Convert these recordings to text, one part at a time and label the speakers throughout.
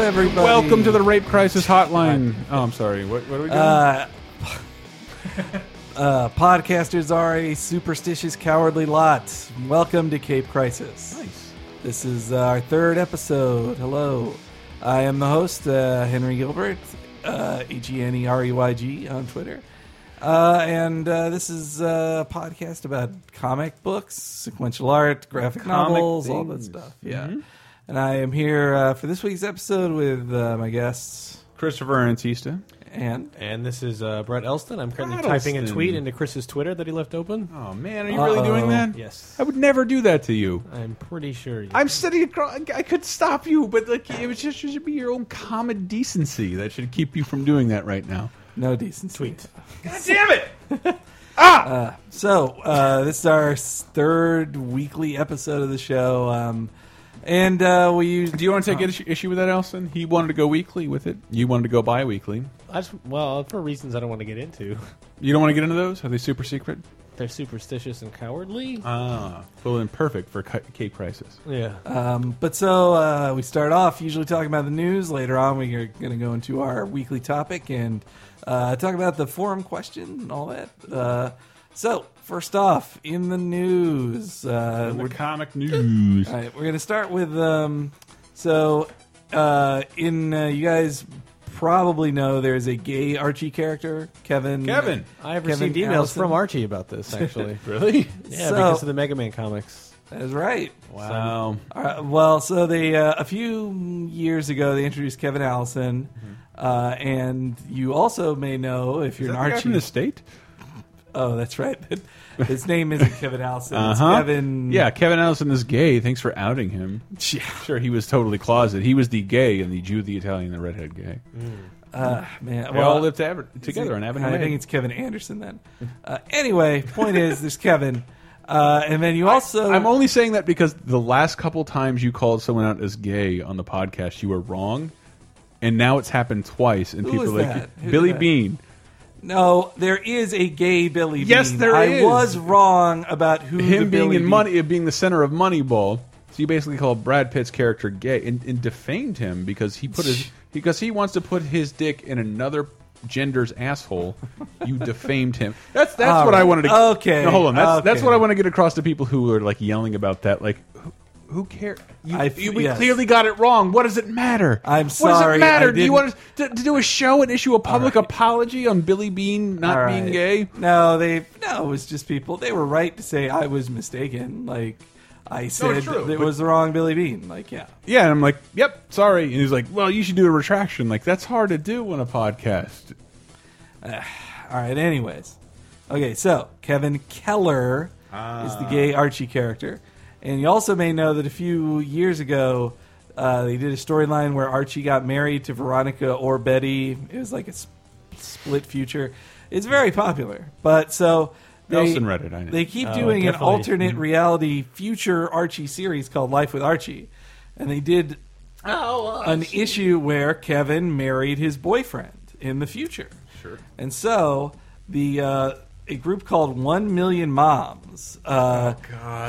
Speaker 1: Welcome to the Rape Crisis Hotline. Oh, I'm sorry. What, what are we doing?
Speaker 2: Uh, uh, podcasters are a superstitious, cowardly lot. Welcome to Cape Crisis.
Speaker 1: nice.
Speaker 2: This is our third episode. Hello. I am the host, uh, Henry Gilbert, uh, H E N E R E Y G on Twitter. Uh, and uh, this is a podcast about comic books, sequential art, graphic
Speaker 1: Comic
Speaker 2: novels, all that
Speaker 1: things. Mm-hmm.
Speaker 2: stuff. Yeah. And I am here uh, for this week's episode with uh, my guests
Speaker 1: Christopher Antista.
Speaker 2: and.
Speaker 3: And this is uh, Brett Elston. I'm currently
Speaker 1: Brett
Speaker 3: typing a
Speaker 1: Elston.
Speaker 3: tweet into Chris's Twitter that he left open.
Speaker 1: Oh man, are you really
Speaker 2: Uh-oh.
Speaker 1: doing that?
Speaker 3: Yes.
Speaker 1: I would never do that to you.
Speaker 3: I'm pretty sure. You
Speaker 1: I'm sitting across. I could stop you, but like it was just it should be your own common decency that should keep you from doing that right now.
Speaker 2: No decency.
Speaker 3: tweet.
Speaker 1: Damn it!
Speaker 2: So uh, this is our s- third weekly episode of the show, um, and uh, we use.
Speaker 1: Do you want to take issue, issue with that, Elson? He wanted to go weekly with it. You wanted to go bi-weekly.
Speaker 3: I just, well, for reasons I don't want to get into.
Speaker 1: You don't want to get into those? Are they super secret?
Speaker 3: They're superstitious and cowardly.
Speaker 1: Ah, well, then perfect for Ca- Cape Crisis.
Speaker 3: yeah.
Speaker 2: Um, but so uh, we start off usually talking about the news. Later on, we are going to go into our weekly topic and uh, talk about the forum question and all that. Uh, so first off, in the news, uh,
Speaker 1: The
Speaker 2: we're
Speaker 1: comic news.
Speaker 2: All right, we're gonna start with um, so uh, in uh, you guys probably know there's a gay Archie character, Kevin.
Speaker 1: Kevin.
Speaker 3: I have
Speaker 2: Kevin
Speaker 3: received emails
Speaker 2: Allison.
Speaker 3: from Archie about this, actually.
Speaker 1: Really?
Speaker 3: yeah,
Speaker 2: So-
Speaker 3: because of the Mega Man comics.
Speaker 2: That is right.
Speaker 1: Wow.
Speaker 2: All right, well, so they uh, a few years ago they introduced Kevin Allison, uh, and you also may know if you're
Speaker 1: Mm-hmm. Is
Speaker 2: an
Speaker 1: that the guy
Speaker 2: Archie.
Speaker 1: from the state?
Speaker 2: Oh, that's right. His name isn't Kevin Allison. It's
Speaker 1: Uh-huh.
Speaker 2: Kevin.
Speaker 1: Yeah, Kevin Allison is gay. Thanks for outing him. Sure, he was totally closet. He was the gay and the Jew, the Italian, and the redhead gay.
Speaker 2: Uh, man.
Speaker 1: They all lived to Aver- together on Avenue.
Speaker 2: I
Speaker 1: A.
Speaker 2: think it's Kevin Anderson then. Uh, anyway, point is, there's Kevin, uh, and then you also.
Speaker 1: I'm only saying that because the last couple times you called someone out as gay on the podcast, you were wrong, and now it's happened twice. And
Speaker 2: Who
Speaker 1: people
Speaker 2: was
Speaker 1: are like
Speaker 2: that? Who
Speaker 1: Billy
Speaker 2: did that?
Speaker 1: Bean.
Speaker 2: no, there is a gay Billy.
Speaker 1: Yes,
Speaker 2: Bean.
Speaker 1: there
Speaker 2: I
Speaker 1: is.
Speaker 2: was wrong about who the
Speaker 1: him being
Speaker 2: Billy
Speaker 1: in
Speaker 2: Bean-
Speaker 1: money being the center of Moneyball. So you basically called Brad Pitt's character gay and, and defamed him because he put his because he wants to put his dick in another gender's asshole. You defamed him. That's that's
Speaker 2: All
Speaker 1: what I
Speaker 2: right.
Speaker 1: wanted to.
Speaker 2: Okay.
Speaker 1: no, hold on. That's that's
Speaker 2: Okay.
Speaker 1: what I want to get across to people who are like yelling about that. Like, who, who cares? You,
Speaker 2: I-
Speaker 1: you- we
Speaker 2: yes.
Speaker 1: clearly got it wrong. What does it matter?
Speaker 2: I'm
Speaker 1: What does
Speaker 2: sorry,
Speaker 1: it
Speaker 2: I
Speaker 1: matter? Do you
Speaker 2: didn't-
Speaker 1: want us to, to do a show and issue a public apology on Billy Bean not
Speaker 2: All
Speaker 1: being
Speaker 2: right.
Speaker 1: gay?
Speaker 2: No, they no. It was just people. They were right to say I was mistaken. Like I said,
Speaker 1: true,
Speaker 2: it
Speaker 1: but-
Speaker 2: was the wrong Billy Bean. Like yeah.
Speaker 1: Yeah, and I'm like, yep, sorry. And he's like, well, you should do a retraction. Like, that's hard to do on a podcast.
Speaker 2: All right. Anyways, okay. So Kevin Keller is the
Speaker 1: Ah.
Speaker 2: gay Archie character, and you also may know that a few years ago uh, they did a storyline where Archie got married to Veronica or Betty. It was like a sp- split future. It's very popular, but so. They,
Speaker 1: Nelson read it, I know. Mm-hmm.
Speaker 2: They keep
Speaker 3: Oh,
Speaker 2: doing an
Speaker 3: definitely.
Speaker 2: alternate reality future Archie series called Life with Archie, and they did an issue where Kevin married his boyfriend in the future.
Speaker 1: Sure.
Speaker 2: And so the uh, a group called One Million Moms uh,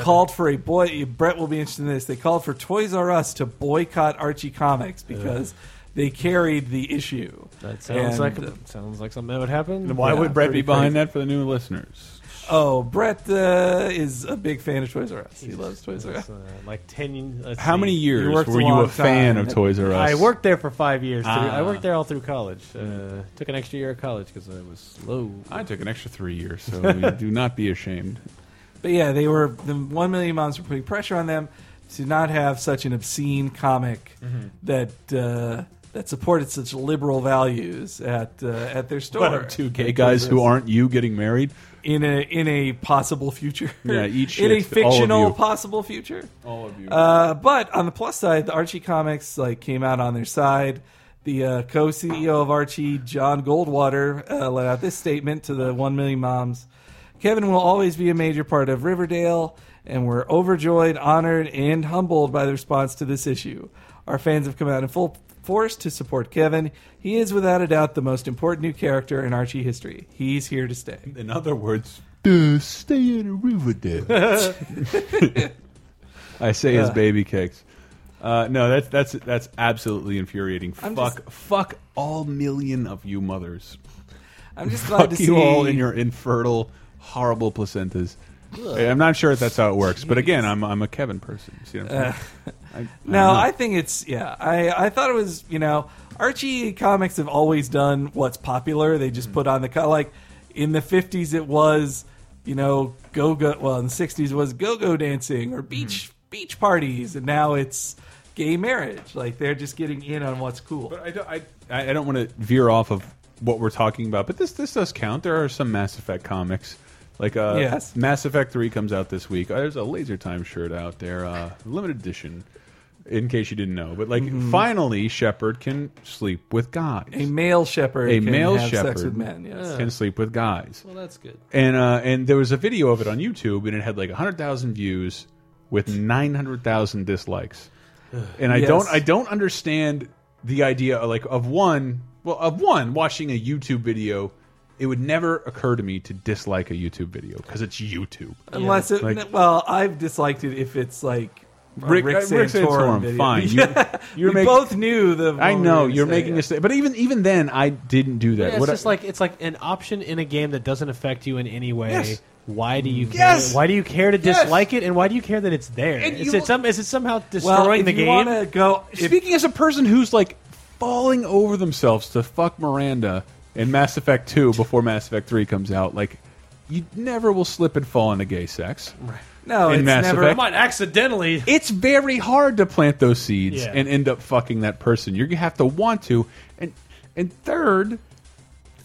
Speaker 2: called for a boy. Brett will be interested in this. They called for Toys R Us to boycott Archie Comics because they carried the issue.
Speaker 3: That
Speaker 2: And,
Speaker 3: sounds like
Speaker 2: uh,
Speaker 3: sounds like something that would happen.
Speaker 1: Why
Speaker 2: Yeah,
Speaker 1: would Brett
Speaker 2: pretty
Speaker 1: be behind that for the new listeners?
Speaker 2: oh, Brett uh, is a big fan of Toys R Us. He loves Toys R Us.
Speaker 3: Uh, like ten. let's
Speaker 1: How
Speaker 3: see.
Speaker 1: many years
Speaker 2: You worked a
Speaker 1: were you
Speaker 2: long
Speaker 1: a fan
Speaker 2: time.
Speaker 1: of Toys R Us?
Speaker 3: I worked there for five years. through-
Speaker 1: Ah.
Speaker 3: I worked there all through college. Uh, took an extra year of college because I was slow.
Speaker 1: I took an extra three years, so we do not be ashamed.
Speaker 2: But yeah, they were the one million moms were putting pressure on them to not have such an obscene comic that uh, that supported such liberal values at uh, at their store.
Speaker 1: What are two gay guys who aren't you getting married?
Speaker 2: in a in a possible future.
Speaker 1: Yeah, eat
Speaker 2: in a
Speaker 1: shit, all of
Speaker 2: fictional
Speaker 1: you.
Speaker 2: possible future.
Speaker 3: Oh,
Speaker 1: All of you.
Speaker 2: Uh, but on the plus side, the Archie comics like came out on their side. The uh, co-CEO of Archie, John Goldwater, uh, let out this statement to the One Million Moms: "Kevin will always be a major part of Riverdale, and we're overjoyed, honored, and humbled by the response to this issue. Our fans have come out in full force to support Kevin. He is without a doubt the most important new character in Archie history. He's here to stay."
Speaker 1: in other words, uh, stay in Riverdale. I say his
Speaker 2: Uh.
Speaker 1: baby cakes. Uh, no, that's that's that's absolutely infuriating.
Speaker 2: I'm
Speaker 1: fuck, fuck all million of you mothers.
Speaker 2: I'm just glad
Speaker 1: Fuck
Speaker 2: to
Speaker 1: you
Speaker 2: see
Speaker 1: all in your infertile, horrible placentas. I'm not sure if that's how it works, but again, I'm I'm a Kevin person. You see what I'm saying? I- I
Speaker 2: No,
Speaker 1: don't know.
Speaker 2: Uh, I think it's yeah. I I thought it was you know Archie comics have always done what's popular. They
Speaker 1: Hmm.
Speaker 2: just put on the co- like in the fifties it was you know go go well in the sixties was go go dancing
Speaker 1: Hmm.
Speaker 2: or beach beach parties and now it's gay marriage. Like they're just getting in on what's cool.
Speaker 1: But I don't, I, I I don't want to veer off of what we're talking about, but this this does count. There are some Mass Effect comics. Like uh,
Speaker 2: Yes.
Speaker 1: Mass Effect 3 comes out this week. Uh, There's a Laser Time shirt out there, uh, limited edition, in case you didn't know. But like,
Speaker 2: Mm-hmm.
Speaker 1: finally, Shepard can sleep with guys.
Speaker 2: a male shepherd,
Speaker 1: A
Speaker 2: can
Speaker 1: male
Speaker 2: have
Speaker 1: shepherd
Speaker 2: sex with men. Yes.
Speaker 1: can sleep with guys.
Speaker 3: Well, that's good.
Speaker 1: And uh, and there was a video of it on YouTube, and it had like hundred thousand views with nine hundred thousand dislikes. And I
Speaker 2: Yes.
Speaker 1: don't I don't understand the idea of, like of one well of one watching a YouTube video. It would never occur to me to dislike a YouTube video because it's YouTube.
Speaker 2: Unless it,
Speaker 1: Like-
Speaker 2: well, I've disliked it if it's like a
Speaker 1: Rick- uh, Rick Santorum,
Speaker 2: video.
Speaker 1: fine. You-
Speaker 2: Yeah.
Speaker 1: you're
Speaker 2: we
Speaker 1: making-
Speaker 2: both knew the.
Speaker 3: Oh,
Speaker 1: I
Speaker 2: what we
Speaker 1: know
Speaker 2: were gonna
Speaker 1: you're
Speaker 2: say,
Speaker 1: making
Speaker 2: yeah.
Speaker 1: a sta- but even even then, I didn't do that.
Speaker 3: Yeah, it's
Speaker 1: What I-
Speaker 3: just like it's like an option in a game that doesn't affect you in any way.
Speaker 1: Yes.
Speaker 3: Why do you care?
Speaker 1: Yes.
Speaker 3: Why do you care to
Speaker 1: Yes.
Speaker 3: dislike it, and why do you care that it's there?
Speaker 1: And
Speaker 3: Is
Speaker 1: you-
Speaker 3: it some? Is it somehow destroying
Speaker 2: well, if
Speaker 3: the
Speaker 2: you
Speaker 3: game?
Speaker 2: Wanna go, if-
Speaker 1: Speaking as a person who's like falling over themselves to fuck Miranda in Mass Effect 2 before Mass Effect 3 comes out, like you never will slip and fall into gay sex. Right.
Speaker 2: no,
Speaker 1: in
Speaker 2: it's
Speaker 1: Mass
Speaker 2: never.
Speaker 1: Effect.
Speaker 3: Come on, accidentally.
Speaker 1: It's very hard to plant those seeds
Speaker 3: Yeah.
Speaker 1: and end up fucking that person. You're gonna have to want to. And and third,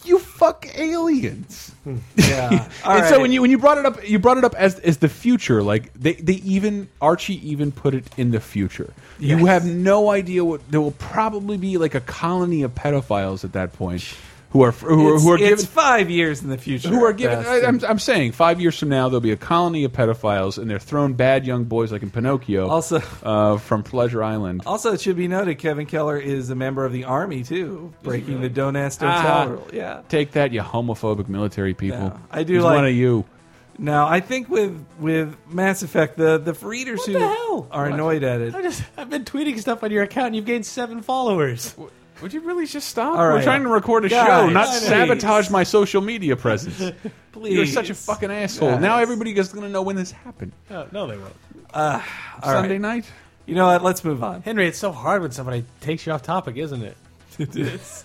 Speaker 1: you fuck aliens.
Speaker 2: Yeah. All
Speaker 1: and so
Speaker 2: right.
Speaker 1: when you when you brought it up, you brought it up as as the future. Like they they even Archie even put it in the future. You
Speaker 2: Yes.
Speaker 1: have no idea what there will probably be like a colony of pedophiles at that point who are who are,
Speaker 2: it's,
Speaker 1: who are
Speaker 2: it's
Speaker 1: given.
Speaker 2: five years in the future,
Speaker 1: Who are given?
Speaker 2: Best.
Speaker 1: I, I'm, I'm saying five years from now there'll be a colony of pedophiles, and they're thrown bad young boys like in Pinocchio,
Speaker 2: Also-
Speaker 1: uh, from Pleasure Island.
Speaker 2: also, it should be noted Kevin Keller is a member of the army too, breaking the don't ask, don't
Speaker 1: Ah.
Speaker 2: tell rule. Yeah.
Speaker 1: Take that, you homophobic military people!
Speaker 2: Yeah. I do
Speaker 1: He's
Speaker 2: like-
Speaker 1: one of you.
Speaker 2: Now, I think with with Mass Effect, the the readers who
Speaker 3: the hell?
Speaker 2: are annoyed at it.
Speaker 3: I just, I've been tweeting stuff on your account, and you've gained seven followers.
Speaker 1: Would you really just stop?
Speaker 2: All
Speaker 1: We're
Speaker 2: right.
Speaker 1: trying to record a
Speaker 2: Guys,
Speaker 1: show, not
Speaker 2: please.
Speaker 1: sabotage my social media presence.
Speaker 2: Please,
Speaker 1: You're such a fucking asshole.
Speaker 2: Yes.
Speaker 1: Now everybody is going to know when this happened.
Speaker 3: Oh, no, they won't.
Speaker 2: All right.
Speaker 1: Sunday night?
Speaker 2: You know what? Let's move on.
Speaker 3: Henry, it's so hard when somebody takes you off topic, isn't it?
Speaker 2: It is.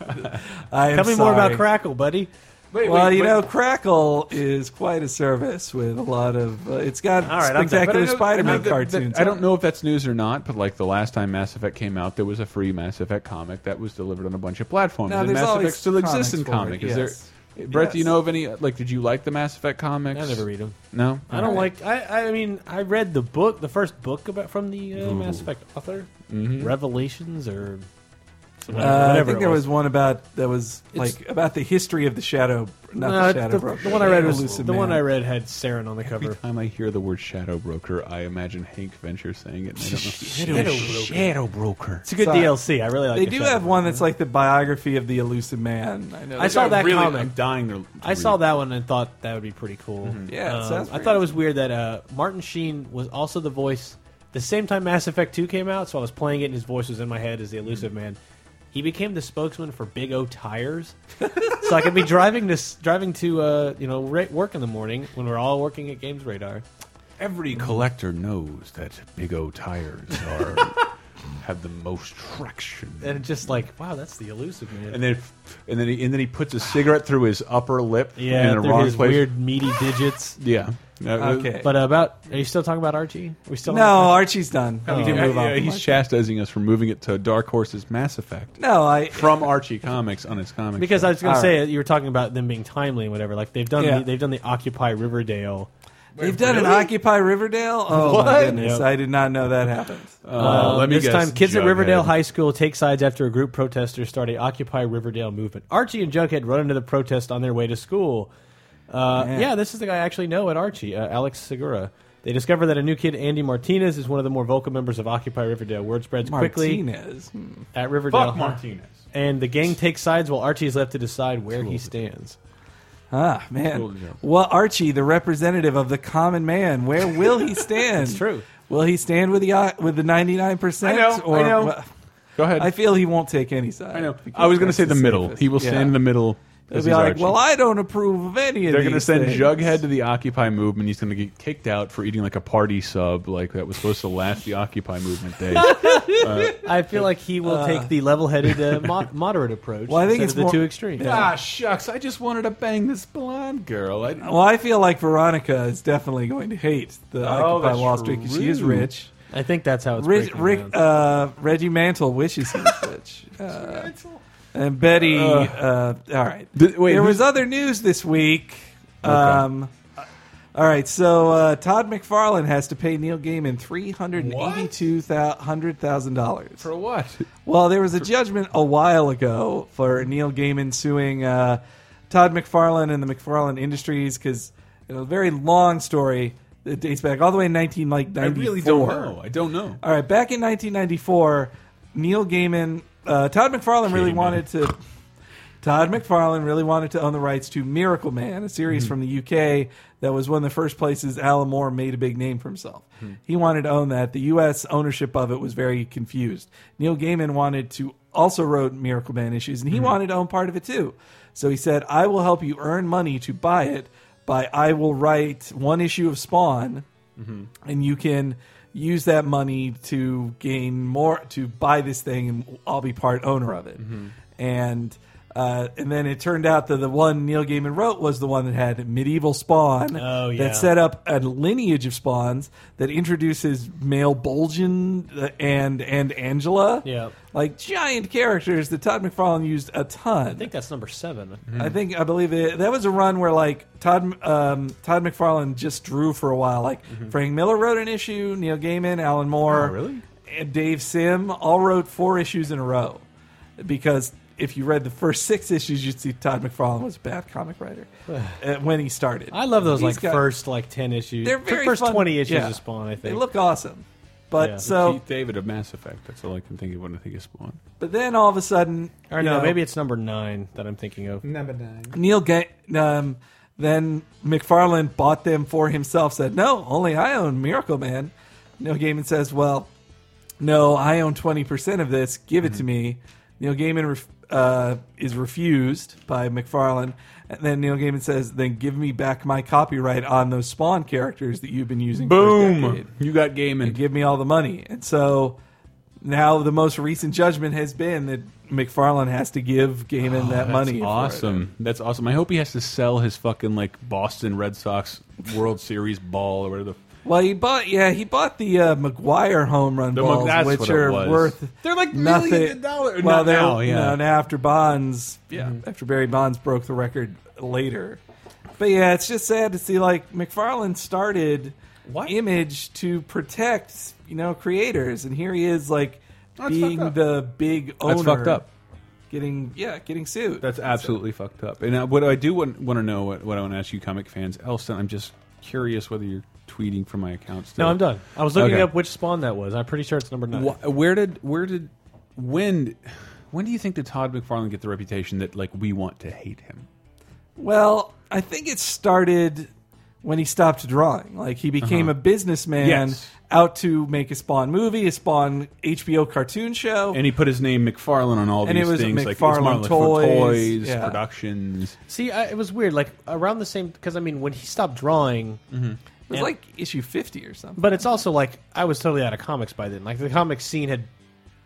Speaker 2: I am
Speaker 3: Tell me more about
Speaker 2: sorry.
Speaker 3: Crackle, buddy.
Speaker 2: well, you know, Crackle is quite a service with a lot of. Uh, it's got
Speaker 3: All right, I'm done.
Speaker 1: But
Speaker 2: spectacular
Speaker 1: I know- I
Speaker 2: Spider-Man
Speaker 1: know that-
Speaker 2: cartoons.
Speaker 1: that- I don't know if that's news or not, but like the last time Mass Effect came out, there was a free Mass Effect comic that was delivered on a bunch of platforms.
Speaker 2: No,
Speaker 1: and
Speaker 2: there's
Speaker 1: Mass
Speaker 2: always
Speaker 1: Effect still
Speaker 2: comics
Speaker 1: exists in
Speaker 2: for it,
Speaker 1: comic. Is
Speaker 2: yes.
Speaker 1: there Brett, do you
Speaker 2: Yes.
Speaker 1: know of any like did you like the Mass Effect comics?
Speaker 3: I never read them.
Speaker 1: No? Uh,
Speaker 3: I don't
Speaker 1: Alright.
Speaker 3: like. I, I mean, I read the book, the first book about from the uh, Mass Effect author, Revelations or Mm-hmm. whatever.
Speaker 2: Uh, I
Speaker 3: whatever
Speaker 2: think
Speaker 3: it
Speaker 2: there
Speaker 3: was.
Speaker 2: was one about that was
Speaker 3: It's-
Speaker 2: like about the history of the Shadow, not
Speaker 3: No,
Speaker 2: the Shadow
Speaker 3: the,
Speaker 2: Broker,
Speaker 3: the one I read was
Speaker 2: Elusive
Speaker 3: the one
Speaker 2: Man.
Speaker 3: I read had Saren on the cover.
Speaker 1: Every time I hear the word shadow broker, I imagine Hank Venture saying it. and I don't know.
Speaker 3: Shadow Broker. It's a good
Speaker 2: Sorry.
Speaker 3: DLC. I really like.
Speaker 2: They
Speaker 3: the
Speaker 2: do
Speaker 3: Shadow
Speaker 2: have
Speaker 3: Broker.
Speaker 2: one that's like the biography of the Elusive Man. I know.
Speaker 3: I saw
Speaker 1: I'm
Speaker 3: that
Speaker 1: really-
Speaker 3: comic.
Speaker 1: I'm dying to, to
Speaker 3: I saw
Speaker 1: read Mm-hmm. it.
Speaker 3: that one and thought that would be pretty cool.
Speaker 2: Yeah, it
Speaker 3: Um,
Speaker 2: sounds
Speaker 3: I
Speaker 2: pretty
Speaker 3: thought it was weird that uh, Martin Sheen was also the voice. The same time Mass Effect Two came out, so I was playing it, and his voice was in my head as the elusive
Speaker 1: Mm-hmm.
Speaker 3: man. He became the spokesman for Big O Tires, so I could be driving this driving to uh, you know ra- work in the morning when we're all working at Games Radar.
Speaker 1: Every collector knows that Big O tires are have the most traction.
Speaker 3: And it's just like, wow, that's the elusive man.
Speaker 1: and then and then he, and then he puts a cigarette through his upper lip
Speaker 3: yeah,
Speaker 1: in the
Speaker 3: through
Speaker 1: wrong
Speaker 3: his
Speaker 1: place.
Speaker 3: weird meaty digits.
Speaker 1: yeah. Uh,
Speaker 2: Okay.
Speaker 3: But about are you still talking about Archie? Are we still
Speaker 2: no, Archie's done.
Speaker 3: Oh.
Speaker 2: We can move
Speaker 1: Yeah,
Speaker 2: on.
Speaker 1: uh, yeah,
Speaker 2: from
Speaker 1: he's
Speaker 2: Archie.
Speaker 1: chastising us for moving it to Dark Horse's Mass Effect
Speaker 2: no, I
Speaker 1: from Archie Comics on his comic.
Speaker 3: Because I was going
Speaker 2: All
Speaker 3: to say you were talking about them being timely and whatever. Like they've done
Speaker 2: Yeah.
Speaker 3: the, they've done the Occupy Riverdale.
Speaker 2: they've done an Occupy Riverdale. Oh my
Speaker 3: What?
Speaker 2: goodness,
Speaker 3: Yep.
Speaker 2: I did not know that happened.
Speaker 1: Uh,
Speaker 3: Uh,
Speaker 1: let me
Speaker 3: this
Speaker 1: guess,
Speaker 3: time, kids at Riverdale
Speaker 1: Jughead.
Speaker 3: High School take sides after a group protesters start a Occupy Riverdale movement. Archie and Jughead run into the protest on their way to school. Uh,
Speaker 2: Man.
Speaker 3: yeah, this is the guy I actually know at Archie, uh, Alex Segura. They discover that a new kid, Andy Martinez, is one of the more vocal members of Occupy Riverdale. Word spreads quickly
Speaker 2: Martinez.
Speaker 3: at Riverdale,
Speaker 1: fuck Martinez.
Speaker 3: and the gang takes sides while Archie is left to decide where he stands.
Speaker 2: Ah, man.
Speaker 1: Cool joke.
Speaker 2: Well, Archie, the representative of the common man, where will he stand?
Speaker 3: It's true.
Speaker 2: Will he stand with the uh, with the ninety nine percent?
Speaker 1: I know, I know. Go ahead.
Speaker 2: I feel he won't take any side.
Speaker 1: I know.
Speaker 2: because
Speaker 1: I was going to
Speaker 2: that's
Speaker 1: say the middle.
Speaker 2: safest.
Speaker 1: He will
Speaker 2: Yeah.
Speaker 1: stand in the middle.
Speaker 2: He'll
Speaker 1: because
Speaker 2: be
Speaker 1: he's
Speaker 2: like,
Speaker 1: Archie.
Speaker 2: well, I don't approve of any of
Speaker 1: They're
Speaker 2: going
Speaker 1: gonna
Speaker 2: to
Speaker 1: send
Speaker 2: things.
Speaker 1: Jughead to the Occupy movement. He's going to get kicked out for eating like a party sub, like that was supposed to last the Occupy movement days.
Speaker 3: I feel like he will take the level-headed, uh, mo- moderate approach.
Speaker 2: Well, I think
Speaker 3: instead
Speaker 2: it's
Speaker 3: of the
Speaker 2: more-
Speaker 3: two extremes.
Speaker 2: Yeah.
Speaker 1: ah, shucks! I just wanted to bang this blonde girl. I,
Speaker 2: Well, I feel like Veronica is definitely going to hate the Occupy
Speaker 1: that's
Speaker 2: Wall Street because she is
Speaker 1: true.
Speaker 2: rich.
Speaker 3: I think Oh, that's how it's
Speaker 2: Rick,
Speaker 3: breaking
Speaker 2: Rick
Speaker 3: down.
Speaker 2: uh, Reggie Mantle wishes he was rich. Uh, and Betty, uh, all right.
Speaker 1: Did- wait,
Speaker 2: there
Speaker 1: who-
Speaker 2: was other news this week. Um, All right, so uh, Todd McFarlane has to pay Neil Gaiman three hundred and eighty-two hundred thousand dollars.
Speaker 1: for what?
Speaker 2: Well, there was a judgment a while ago for Neil Gaiman suing uh, Todd McFarlane and the McFarlane Industries because you know, a very long story that dates back all the way in nineteen like
Speaker 1: I
Speaker 2: ninety-four.
Speaker 1: really don't know. I don't know.
Speaker 2: All right, back in 1994, Neil Gaiman, uh, Todd McFarlane really
Speaker 1: Gaiman.
Speaker 2: wanted to. Todd McFarlane really wanted to own the rights to Miracle Man, a series from the UK that was one of the first places Alan Moore made a big name for himself. He wanted to own that. The US ownership of it was very confused. Neil Gaiman wanted to also wrote Miracle Man issues, and he wanted to own part of it too. So he said, I will help you earn money to buy it by I will write one issue of Spawn
Speaker 3: Mm-hmm.
Speaker 2: and you can use that money to gain more to buy this thing and I'll be part owner of it.
Speaker 3: Mm-hmm.
Speaker 2: And uh, and then it turned out that the one Neil Gaiman wrote was the one that had medieval spawn
Speaker 3: Oh, yeah.
Speaker 2: that set up a lineage of spawns that introduces male Bolgian uh, and and Angela.
Speaker 3: Yeah.
Speaker 2: Like giant characters that Todd McFarlane used a ton.
Speaker 3: I think that's number seven.
Speaker 2: I think I believe it, that was a run where like Todd um, Todd McFarlane just drew for a while. Like
Speaker 3: Mm-hmm.
Speaker 2: Frank Miller wrote an issue, Neil Gaiman, Alan Moore,
Speaker 1: Oh, really?
Speaker 2: and Dave Sim all wrote four issues in a row. Because if you read the first six issues, you'd see Todd McFarlane was a bad comic writer uh, when he started.
Speaker 3: I love those
Speaker 2: He's
Speaker 3: like
Speaker 2: got-
Speaker 3: first like ten issues.
Speaker 2: They're very
Speaker 3: first
Speaker 2: fun-
Speaker 3: twenty issues
Speaker 2: yeah.
Speaker 3: of Spawn. I think
Speaker 2: They look awesome, but
Speaker 3: Yeah.
Speaker 2: so
Speaker 1: Keith David of Mass Effect. That's all I can think of when I think of Spawn.
Speaker 2: but then all of a sudden,
Speaker 3: Or
Speaker 2: you
Speaker 3: no,
Speaker 2: know,
Speaker 3: maybe it's number nine that I'm thinking of.
Speaker 4: Number nine.
Speaker 2: Neil Ga- um, then McFarlane bought them for himself. Said, "No, only I own Miracle Man." Neil Gaiman says, "Well, no, I own twenty percent of this. Give
Speaker 1: Mm-hmm.
Speaker 2: it to me." Neil Gaiman ref- uh, is refused by McFarlane, and then Neil Gaiman says, "Then give me back my copyright on those Spawn characters that you've been using." for a decade."
Speaker 1: Boom! You got Gaiman.
Speaker 2: and give me all the money. And so now the most recent judgment has been that McFarlane has to give Gaiman that
Speaker 1: Oh, That's
Speaker 2: money. for it.
Speaker 1: Awesome. That's awesome. I hope he has to sell his fucking like Boston Red Sox World Series ball or whatever. the-
Speaker 2: Well, he bought yeah he bought the uh, McGuire home run
Speaker 1: The Mc-
Speaker 2: balls,
Speaker 1: that's
Speaker 2: which
Speaker 1: what it
Speaker 2: are
Speaker 1: was.
Speaker 2: worth
Speaker 1: They're like
Speaker 2: nothing.
Speaker 1: millions of dollars.
Speaker 2: Well,
Speaker 1: Not
Speaker 2: they're-
Speaker 1: now, yeah.
Speaker 2: no, now after Bonds, Mm-hmm.
Speaker 1: Yeah.
Speaker 2: after Barry Bonds broke the record later. But yeah, it's just sad to see like McFarlane started
Speaker 1: What?
Speaker 2: image to protect you know creators, and here he is like
Speaker 1: That's fucked
Speaker 2: being
Speaker 1: up.
Speaker 2: the big owner.
Speaker 1: That's fucked up.
Speaker 2: Getting yeah, getting sued.
Speaker 1: That's absolutely fucked up. And uh, what I do want, want to know, what, what I want to ask you, comic fans, Elston, I'm just curious whether you're tweeting from my account. Still.
Speaker 3: No, I'm done. I was looking
Speaker 1: Okay.
Speaker 3: up which Spawn that was. I'm pretty sure it's number nine.
Speaker 1: Wh- where did where did when when do you think did Todd McFarlane get the reputation that like we want to hate him?
Speaker 2: Well, I think it started when he stopped drawing. Like he became a businessman
Speaker 1: Yes.
Speaker 2: out to make a Spawn movie, a Spawn HBO cartoon show.
Speaker 1: And he put his name McFarlane on all
Speaker 2: And
Speaker 1: these
Speaker 2: it was
Speaker 1: things like it's
Speaker 2: McFarlane
Speaker 1: Marlon for
Speaker 2: Toys,
Speaker 1: toys
Speaker 2: yeah.
Speaker 1: productions.
Speaker 3: See, I, it was weird. Like around the same because I mean when he stopped drawing,
Speaker 2: it was like issue 50 or something.
Speaker 3: but it's also like I was totally out of comics by then. Like the comic scene had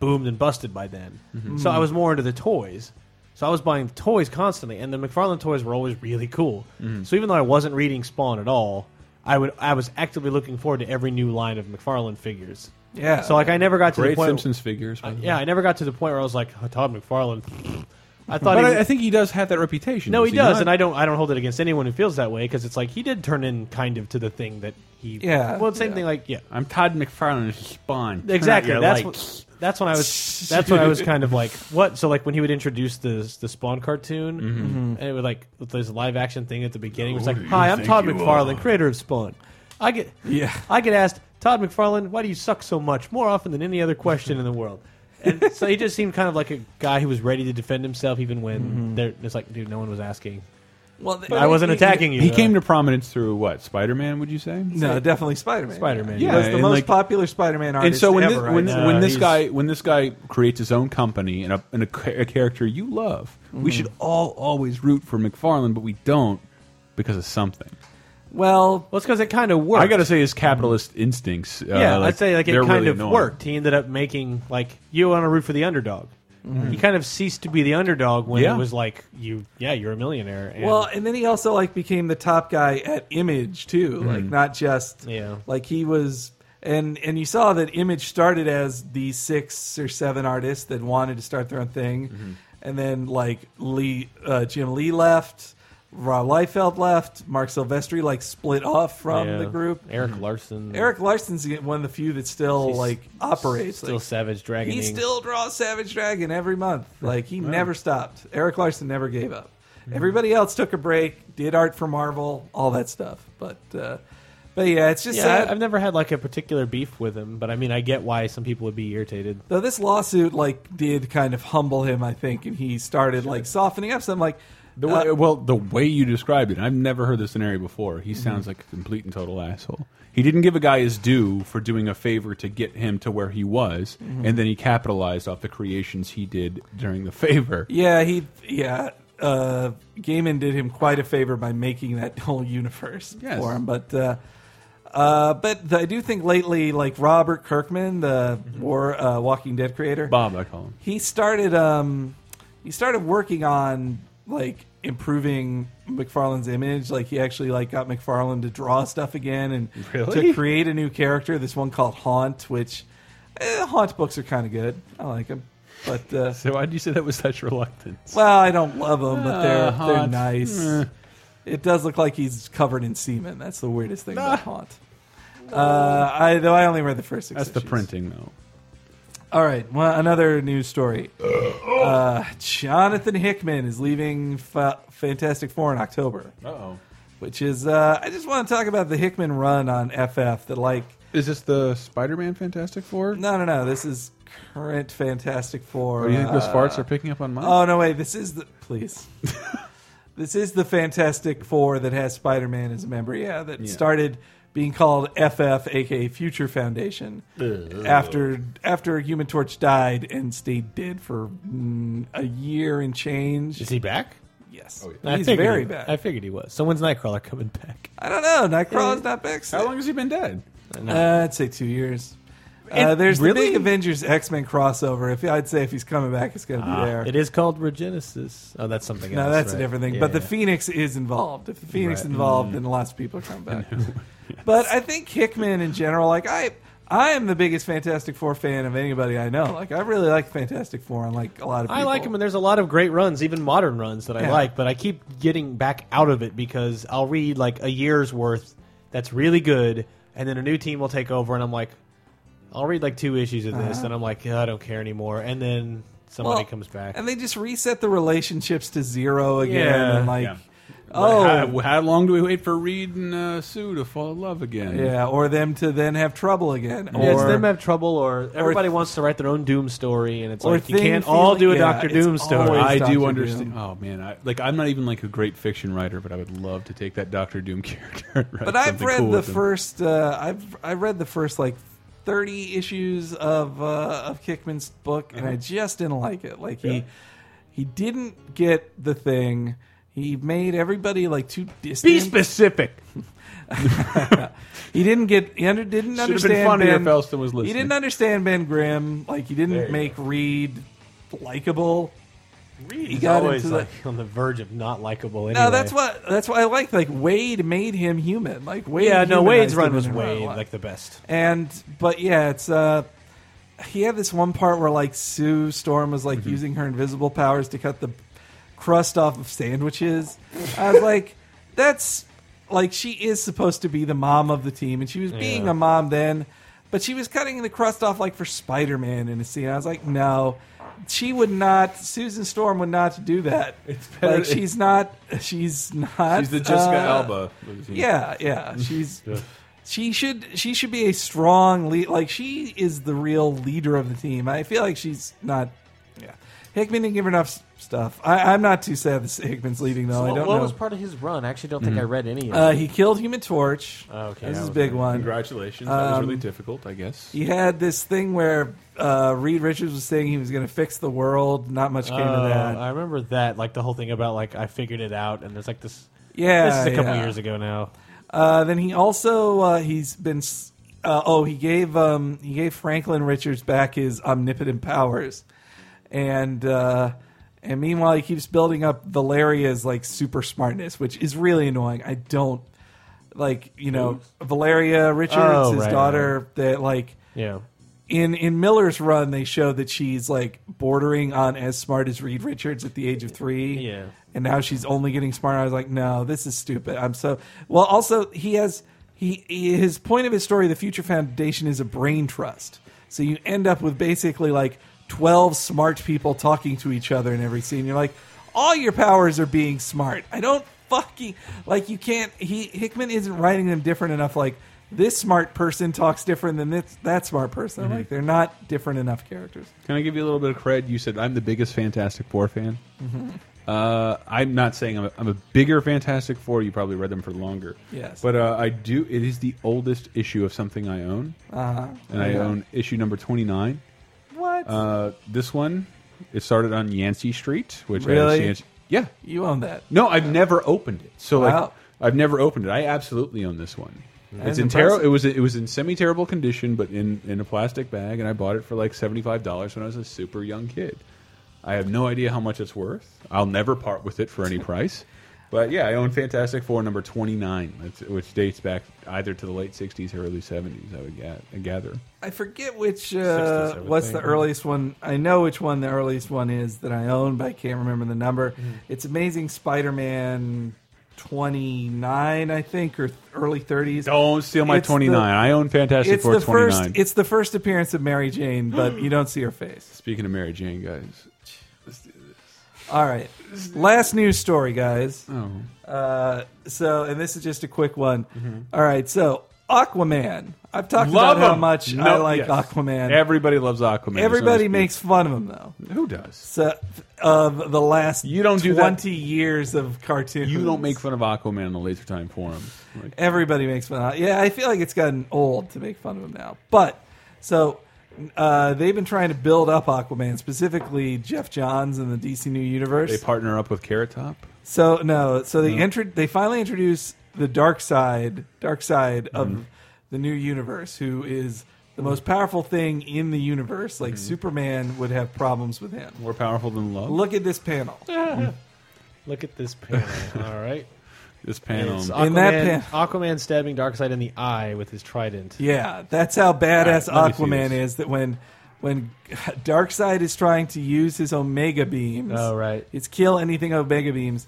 Speaker 3: boomed and busted by then,
Speaker 1: Mm-hmm.
Speaker 3: so I was more into the toys. So I was buying toys constantly, and the McFarlane toys were always really cool.
Speaker 1: Mm-hmm.
Speaker 3: So even though I wasn't reading Spawn at all, I would I was actively looking forward to every new line of McFarlane figures.
Speaker 2: Yeah.
Speaker 3: So like I never got to the
Speaker 1: Great
Speaker 3: point. uh,
Speaker 1: Simpsons figures. by the way.
Speaker 3: Yeah, I never got to the point where I was like oh, Todd McFarlane. I thought.
Speaker 1: But
Speaker 3: he,
Speaker 1: I, I think he does have that reputation.
Speaker 3: no,
Speaker 1: does
Speaker 3: he does,
Speaker 1: not?
Speaker 3: and I don't. I don't hold it against anyone who feels that way because it's like he did turn in kind of to the thing that he.
Speaker 2: Yeah,
Speaker 3: Well, same
Speaker 2: yeah.
Speaker 3: thing. Like yeah,
Speaker 1: I'm Todd McFarlane's spawn.
Speaker 3: exactly. That's
Speaker 1: what
Speaker 3: what, that's when I was. That's when I was kind of like what. So like when he would introduce the the Spawn cartoon, and it would like with this live action thing at the beginning, it was like,
Speaker 1: do Mm-hmm. Oh, you
Speaker 3: "Hi, I'm
Speaker 1: think
Speaker 3: Todd
Speaker 1: you
Speaker 3: McFarlane,
Speaker 1: are?"
Speaker 3: creator of Spawn." I get
Speaker 2: Yeah.
Speaker 3: I get asked, Todd McFarlane, why do you suck so much more often than any other question in the world? And so he just seemed kind of like a guy who was ready to defend himself, even when there it's like, dude, no one was asking.
Speaker 2: Well, th-
Speaker 3: I wasn't attacking you.
Speaker 1: Mm-hmm. He
Speaker 3: though.
Speaker 1: came to prominence through what? Spider Man, would you say?
Speaker 2: No, definitely Spider Man.
Speaker 3: Spider-Man.
Speaker 2: He
Speaker 1: Yeah,
Speaker 2: was the
Speaker 1: and
Speaker 2: most
Speaker 1: like-
Speaker 2: popular Spider Man artist
Speaker 1: And so when
Speaker 2: ever.
Speaker 1: this,
Speaker 2: I'd
Speaker 1: when,
Speaker 2: say.
Speaker 3: now.
Speaker 1: when this
Speaker 3: Uh, He's-
Speaker 1: guy when this guy creates his own company and a, and a, cha- a character you love,
Speaker 3: Mm-hmm.
Speaker 1: we should all always root for McFarlane, but we don't because of something.
Speaker 2: well,
Speaker 3: Well, it's because it kind of worked.
Speaker 1: I got to say, his capitalist instincts. Uh,
Speaker 3: Mm-hmm. yeah,
Speaker 1: like,
Speaker 3: I'd say like it
Speaker 1: they're
Speaker 3: kind
Speaker 1: really
Speaker 3: of
Speaker 1: annoying.
Speaker 3: worked. He ended up making like you on a root for the underdog.
Speaker 2: Mm-hmm.
Speaker 3: He kind of ceased to be the underdog when
Speaker 1: Yeah.
Speaker 3: it was like you. Yeah, you're a millionaire. And
Speaker 2: well, and then he also like became the top guy at Image too. Like not just
Speaker 3: Mm-hmm. Yeah.
Speaker 2: Like he was, and and you saw that Image started as the six or seven artists that wanted to start their own thing,
Speaker 3: Mm-hmm.
Speaker 2: and then like Lee, uh, Jim Lee left. Rob Liefeld left. Mark Silvestri like split off from
Speaker 3: yeah.
Speaker 2: the group.
Speaker 3: Eric Larson,
Speaker 2: Eric Larson's one of the few that still
Speaker 3: He's
Speaker 2: like operates.
Speaker 3: still
Speaker 2: Like,
Speaker 3: Savage Dragon.
Speaker 2: he
Speaker 3: Inc.
Speaker 2: still draws Savage Dragon every month. Like he never stopped. Eric Larson never gave up.
Speaker 1: Mm-hmm.
Speaker 2: Everybody else took a break, did art for Marvel, all that stuff. But uh, but yeah, it's just
Speaker 3: Yeah,
Speaker 2: sad.
Speaker 3: I- I've never had like a particular beef with him, but I mean, I get why some people would be irritated.
Speaker 2: Though this lawsuit like did kind of humble him, I think, and he started like softening up. So I'm like,
Speaker 1: The
Speaker 2: uh,
Speaker 1: way, well, the way you described it, I've never heard this scenario before.
Speaker 3: Mm-hmm.
Speaker 1: He sounds like a complete and total asshole. He didn't give a guy his due for doing a favor to get him to where he was,
Speaker 3: Mm-hmm.
Speaker 1: and then he capitalized off the creations he did during the favor.
Speaker 2: yeah, he yeah. Uh, Gaiman did him quite a favor by making that whole universe
Speaker 1: Yes.
Speaker 2: for him, but. Uh, uh, but the, I do think lately, like Robert Kirkman, the
Speaker 1: Mm-hmm.
Speaker 2: War uh, Walking Dead creator,
Speaker 1: Bob, I call him.
Speaker 2: he started um he started working on like improving McFarlane's image. Like he actually like got McFarlane to draw stuff again and
Speaker 1: Really?
Speaker 2: to create a new character. This one called Haunt, which eh, Haunt books are kind of good. I like them, but uh,
Speaker 1: So why did you say that with such reluctance?
Speaker 2: well, I don't love them, but they're
Speaker 1: Uh,
Speaker 2: they're
Speaker 1: Haunt.
Speaker 2: nice.
Speaker 1: Eh.
Speaker 2: It does look like he's covered in semen. That's the weirdest thing
Speaker 1: Ah.
Speaker 2: about Haunt. Uh, I though I only read the first six.
Speaker 1: That's the
Speaker 2: issues.
Speaker 1: printing, though.
Speaker 2: All right, well, another news story. Uh, Jonathan Hickman is leaving Fa- Fantastic Four in October,
Speaker 1: Uh oh.
Speaker 2: which is uh, I just want to talk about the Hickman run on FF. That like,
Speaker 1: Is this the Spider-Man Fantastic Four?
Speaker 2: no, no, no, this is current Fantastic Four.
Speaker 1: Or do Oh, you think those
Speaker 2: uh,
Speaker 1: farts are picking up on mine?
Speaker 2: Oh no, wait, this is the please. this is the Fantastic Four that has Spider Man as a member. Yeah, that
Speaker 1: Yeah.
Speaker 2: started being called FF, aka Future Foundation, after after Human Torch died and stayed dead for mm, a year and change.
Speaker 3: Is he Oh, back?
Speaker 2: yes,
Speaker 3: I
Speaker 2: he's
Speaker 3: figured
Speaker 2: very
Speaker 3: he-
Speaker 2: bad.
Speaker 3: I figured he was. Someone's Nightcrawler coming back.
Speaker 2: I don't know. Nightcrawler's not back.
Speaker 1: How long has he been dead?
Speaker 2: Uh, I'd say two years. Uh,
Speaker 3: And
Speaker 2: there's the
Speaker 3: really?
Speaker 2: big Avengers X Men crossover. If I'd say if he's coming back, it's going to be there.
Speaker 3: Ah, It is called Regenesis. Oh, that's something else.
Speaker 2: No, that's
Speaker 3: right.
Speaker 2: a different thing.
Speaker 3: Yeah,
Speaker 2: but the
Speaker 3: yeah.
Speaker 2: Phoenix is involved. If the Phoenix
Speaker 3: Right. Mm.
Speaker 2: involved, then lots of people are coming back. But I think Hickman in general, like I, I am the biggest Fantastic Four fan of anybody I know. Like I really like Fantastic Four, and like a lot of people.
Speaker 3: I like him, and there's a lot of great runs, even modern runs that I
Speaker 2: Yeah.
Speaker 3: like. But I keep getting back out of it because I'll read like a year's worth that's really good, and then a new team will take over, and I'm like, I'll read like two issues of this, and I'm like, "Ugh, I don't care anymore. And then somebody
Speaker 2: Well,
Speaker 3: comes back.
Speaker 2: and they just reset the relationships to zero again.
Speaker 3: Yeah.
Speaker 2: and like,
Speaker 1: Yeah.
Speaker 2: oh.
Speaker 1: how, how long do we wait for Reed and uh, Sue to fall in love again?
Speaker 2: Yeah, or them to then have trouble again, or
Speaker 3: Yeah, it's them have trouble, or everybody wants to write their own Doom story, and it's
Speaker 2: Or
Speaker 3: like you
Speaker 2: thing
Speaker 3: can't all do a
Speaker 2: feeling- yeah,
Speaker 3: Doctor
Speaker 2: it's
Speaker 3: Doom story.
Speaker 2: always-
Speaker 1: I
Speaker 2: Dr. Doom.
Speaker 1: do understand. Oh man, I, like I'm not even like a great fiction writer, but I would love to take that Doctor Doom character. And write
Speaker 2: But I've
Speaker 1: something
Speaker 2: read
Speaker 1: cool
Speaker 2: the
Speaker 1: with him.
Speaker 2: first. Uh, I've I read the first like thirty issues of uh, of Kickman's book, and
Speaker 1: Uh-huh.
Speaker 2: I just didn't like it. Like he he didn't get the thing. He made everybody like too distant.
Speaker 3: Be specific.
Speaker 2: He didn't get. He under, didn't
Speaker 1: Should've been
Speaker 2: understand.
Speaker 1: funnier
Speaker 2: ben,
Speaker 1: if Elston was
Speaker 2: He
Speaker 1: listening.
Speaker 2: didn't understand Ben Grimm. Like he
Speaker 1: There
Speaker 2: didn't
Speaker 1: you
Speaker 2: make Reed likable.
Speaker 3: He's
Speaker 2: got
Speaker 3: always
Speaker 2: into the-
Speaker 3: like on the verge of not likable. Anyway.
Speaker 2: No, that's what that's why I like. Like Wade made him human. Like Wade.
Speaker 3: Yeah, no, Wade's
Speaker 2: humanized
Speaker 3: run
Speaker 2: him
Speaker 3: was
Speaker 2: in real
Speaker 3: Wade,
Speaker 2: life.
Speaker 3: like the best.
Speaker 2: And but yeah, it's uh he had this one part where like Sue Storm was
Speaker 1: Mm-hmm.
Speaker 2: like using her invisible powers to cut the crust off of sandwiches. I was like, that's like she is supposed to be the mom of the team, and she was being
Speaker 3: Yeah.
Speaker 2: a mom then, but she was cutting the crust off like for Spider Man in a scene. I was like, no. She would not. Susan Storm would not do that. It's
Speaker 1: better-
Speaker 2: like she's not. She's not.
Speaker 1: She's the Jessica
Speaker 2: uh,
Speaker 1: Alba. of the team.
Speaker 2: yeah, yeah. She's she should she should be a strong lead. Like she is the real leader of the team. I feel like she's not. Yeah, Hickman didn't give her enough s- stuff. I, I'm not too sad that Hickman's leading though.
Speaker 4: what
Speaker 2: I don't
Speaker 4: what
Speaker 2: know.
Speaker 4: was part of his run? I actually don't
Speaker 3: Hmm.
Speaker 4: think I read any of it.
Speaker 2: uh, he killed Human Torch.
Speaker 3: Oh, Okay,
Speaker 2: this
Speaker 3: that
Speaker 2: is a
Speaker 3: was
Speaker 2: big
Speaker 3: good.
Speaker 2: one.
Speaker 1: Congratulations. that was really difficult, I guess.
Speaker 2: He had this thing where uh, Reed Richards was saying he was going to fix the world. Not much came
Speaker 3: Oh,
Speaker 2: of that.
Speaker 3: I remember that, like the whole thing about like I figured it out, and it's like this.
Speaker 2: yeah,
Speaker 3: this is a couple
Speaker 2: yeah.
Speaker 3: years ago now.
Speaker 2: Uh, then he also uh, he's been s- uh, oh he gave um, he gave Franklin Richards back his omnipotent powers, and uh, and meanwhile he keeps building up Valeria's like super smartness, which is really annoying. I don't like you know Valeria Richards,
Speaker 3: Oh,
Speaker 2: his
Speaker 3: right,
Speaker 2: daughter, that like.
Speaker 3: Yeah,
Speaker 2: In, in Miller's run, they show that she's like bordering on as smart as Reed Richards at the age of three
Speaker 3: yeah.
Speaker 2: and now she's only getting smarter. I was like, no, this is stupid. I'm so well. Also, he has he, he his point of his story. The Future Foundation is a brain trust, so you end up with basically like twelve smart people talking to each other in every scene. You're like, all your powers are being smart. I don't fucking like you can't. He Hickman isn't writing them different enough. Like. This smart person talks different than this that smart person. I'm Like they're not different enough characters.
Speaker 1: Can I give you a little bit of cred? You said I'm the biggest Fantastic Four fan.
Speaker 2: Mm-hmm.
Speaker 1: Uh, I'm not saying I'm a, I'm a bigger Fantastic Four. You probably read them for longer.
Speaker 2: Yes.
Speaker 1: But uh, I do. It is the oldest issue of something I own,
Speaker 2: Uh,
Speaker 1: and I own issue number 29.
Speaker 2: what
Speaker 1: Uh, this one, it started on Yancey Street, which I
Speaker 2: Really?
Speaker 1: Yancey, yeah.
Speaker 2: you own that?
Speaker 1: No, I've never opened it. So like,
Speaker 2: Wow.
Speaker 1: I've never opened it. I absolutely own this one.
Speaker 2: is
Speaker 1: it's in terrible.
Speaker 2: impressive.
Speaker 1: It was it was in semi terrible condition, but in in a plastic bag, and I bought it for like seventy five dollars when I was a super young kid. I have no idea how much it's worth. I'll never part with it for any price. But yeah, I own Fantastic Four number twenty nine, which dates back either to the late sixties or early seventies. I would ga- gather.
Speaker 2: I forget which
Speaker 3: I
Speaker 2: uh,
Speaker 3: would
Speaker 2: what's
Speaker 3: think.
Speaker 2: the earliest one. I know which one the earliest one is that I own, but I can't remember the number.
Speaker 1: Mm-hmm.
Speaker 2: It's Amazing Spider-Man 29, I think, or th- early 30s.
Speaker 1: Don't steal my
Speaker 2: It's the-
Speaker 1: twenty nine. I own Fantastic
Speaker 2: it's
Speaker 1: Four
Speaker 2: the
Speaker 1: twenty
Speaker 2: first.
Speaker 1: nine.
Speaker 2: It's the first appearance of Mary Jane, but you don't see her face.
Speaker 1: Speaking of Mary Jane, guys.
Speaker 2: All right, last news story, guys.
Speaker 1: Oh.
Speaker 2: Uh, so, and this is just a quick one. All right, so Aquaman. I've talked
Speaker 1: Mm-hmm. Love
Speaker 2: about how
Speaker 1: him.
Speaker 2: much I
Speaker 1: No-
Speaker 2: like
Speaker 1: yes.
Speaker 2: Aquaman.
Speaker 1: Everybody loves Aquaman.
Speaker 2: Everybody
Speaker 1: There's no
Speaker 2: makes fun of him though.
Speaker 1: dispute. Who does?
Speaker 2: So, of the last
Speaker 1: You don't do that.
Speaker 2: twenty years of cartoons.
Speaker 1: You don't make fun of Aquaman in the laser time forum. Like,
Speaker 2: Everybody makes fun. of Yeah, I feel like it's gotten old to make fun of him now. But so uh, they've been trying to build up Aquaman, specifically Jeff Johns in the DC New Universe.
Speaker 1: they partner up with Carrot Top.
Speaker 2: So no, so they entered. They finally introduce the dark side, dark side
Speaker 1: Mm-hmm.
Speaker 2: of the new universe, who is the most powerful thing in the universe.
Speaker 1: Mm-hmm.
Speaker 2: Like Superman would have problems with him.
Speaker 1: More powerful than love.
Speaker 2: Look at this panel.
Speaker 3: Look at this panel. All right,
Speaker 1: this panel.
Speaker 3: It's
Speaker 2: In that
Speaker 3: Aquaman, Aquaman stabbing Darkseid in the eye with his trident.
Speaker 2: Yeah, that's how badass
Speaker 1: All right, let me see
Speaker 2: Aquaman
Speaker 1: this.
Speaker 2: is. That when when Darkseid is trying to use his Omega beams,
Speaker 3: Oh, right.
Speaker 2: it's kill anything Omega beams.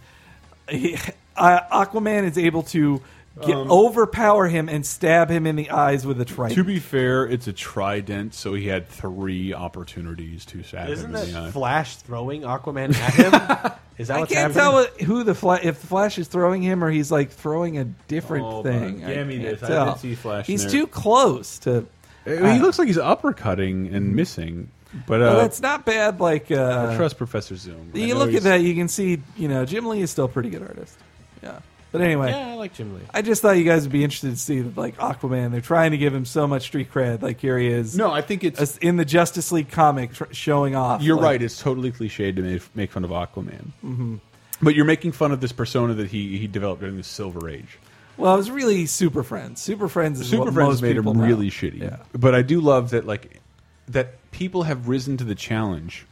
Speaker 2: He, uh, Aquaman is able to get, overpower him and stab him in the eyes with a
Speaker 1: Um, to
Speaker 2: trident.
Speaker 1: be fair, it's a trident, so he had three opportunities to stab
Speaker 3: Isn't
Speaker 1: him in the
Speaker 3: that
Speaker 1: eye.
Speaker 3: Flash throwing Aquaman at him? Is that
Speaker 2: I
Speaker 3: what's
Speaker 2: can't
Speaker 3: happening?
Speaker 2: tell what- who the Fla- if the Flash is throwing him or he's like throwing a different
Speaker 1: Oh, but
Speaker 2: thing. I
Speaker 1: give me
Speaker 2: can't
Speaker 1: this. I
Speaker 2: tell.
Speaker 1: did see Flash in
Speaker 2: He's
Speaker 1: there.
Speaker 2: too close to.
Speaker 1: Uh, he looks like he's uppercutting and missing, but uh,
Speaker 2: Well, that's not bad. Like uh,
Speaker 1: I trust Professor Zoom. I
Speaker 2: You
Speaker 1: know
Speaker 2: look
Speaker 1: he's-
Speaker 2: at that, you can see, you know, Jim Lee is still a pretty good artist. Yeah. But anyway,
Speaker 3: Yeah, I like Jim Lee.
Speaker 2: I just thought you guys would be interested to see that, like, Aquaman, they're trying to give him so much street cred. Like, here he is.
Speaker 1: No, I think it's.
Speaker 2: As- In the Justice League comic, tr- showing off.
Speaker 1: You're
Speaker 2: like- Mm-hmm.
Speaker 1: right. It's totally cliched to make, make fun of Aquaman, but you're making fun of this persona that he he developed during the Silver Age.
Speaker 2: Well, it was really Super Friends. Super Friends is
Speaker 1: Super
Speaker 2: what
Speaker 1: Friends
Speaker 2: most
Speaker 1: made
Speaker 2: people
Speaker 1: him
Speaker 2: know.
Speaker 1: really shitty.
Speaker 2: Yeah.
Speaker 1: But I do love that like that people have risen to the challenge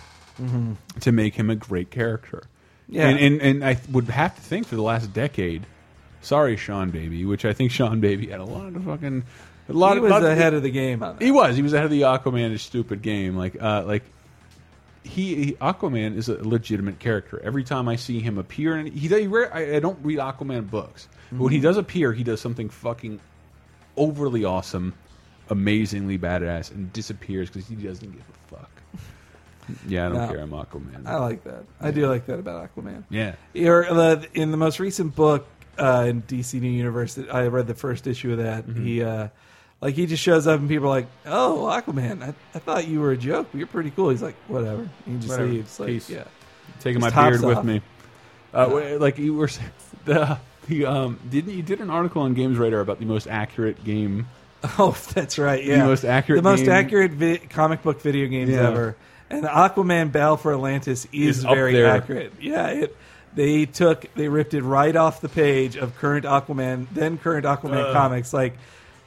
Speaker 1: to make him a great character.
Speaker 2: Mm-hmm. Yeah.
Speaker 1: And and, and I th- would have to think for the last decade, sorry Sean Baby, which I think Sean Baby had a lot of fucking a lot
Speaker 2: He
Speaker 1: of
Speaker 2: was
Speaker 1: lot
Speaker 2: ahead of the game on that.
Speaker 1: he was. He was ahead of the Aquaman is stupid game. Like uh like he, he Aquaman is a legitimate character. Every time I see him appear, and he, he rare, I, I don't read Aquaman books, but when he does appear, he does something fucking overly awesome, amazingly badass, and disappears because he doesn't give a fuck. Yeah, I don't
Speaker 2: No. Oh.
Speaker 1: care. I'm Aquaman.
Speaker 2: I like that. I do like that about Aquaman.
Speaker 1: yeah,
Speaker 2: Or, uh, in
Speaker 1: Mm-hmm.
Speaker 2: the most recent book uh, in DC New Universe, I read the first issue of that. He uh, Like he just shows up and people are like, "Oh, Aquaman, I, I thought you were a joke. But you're pretty cool." He's like, "Whatever." And he just
Speaker 1: Whatever.
Speaker 2: leaves. Like,
Speaker 1: Peace.
Speaker 2: yeah.
Speaker 1: taking my
Speaker 2: Just tops
Speaker 1: beard with
Speaker 2: off.
Speaker 1: me. Uh, wait, like you were saying, the, the um, didn't you did an article on Games Radar about the most accurate game?
Speaker 2: Oh, that's right. Yeah,
Speaker 1: most accurate
Speaker 2: the most
Speaker 1: game-
Speaker 2: accurate vi- comic book video games
Speaker 1: Yeah.
Speaker 2: ever. And Aquaman Battle for Atlantis is,
Speaker 1: Is up
Speaker 2: very
Speaker 1: there.
Speaker 2: accurate. Yeah, it. They took they ripped it right off the page of current Aquaman, then current Aquaman comics. Like,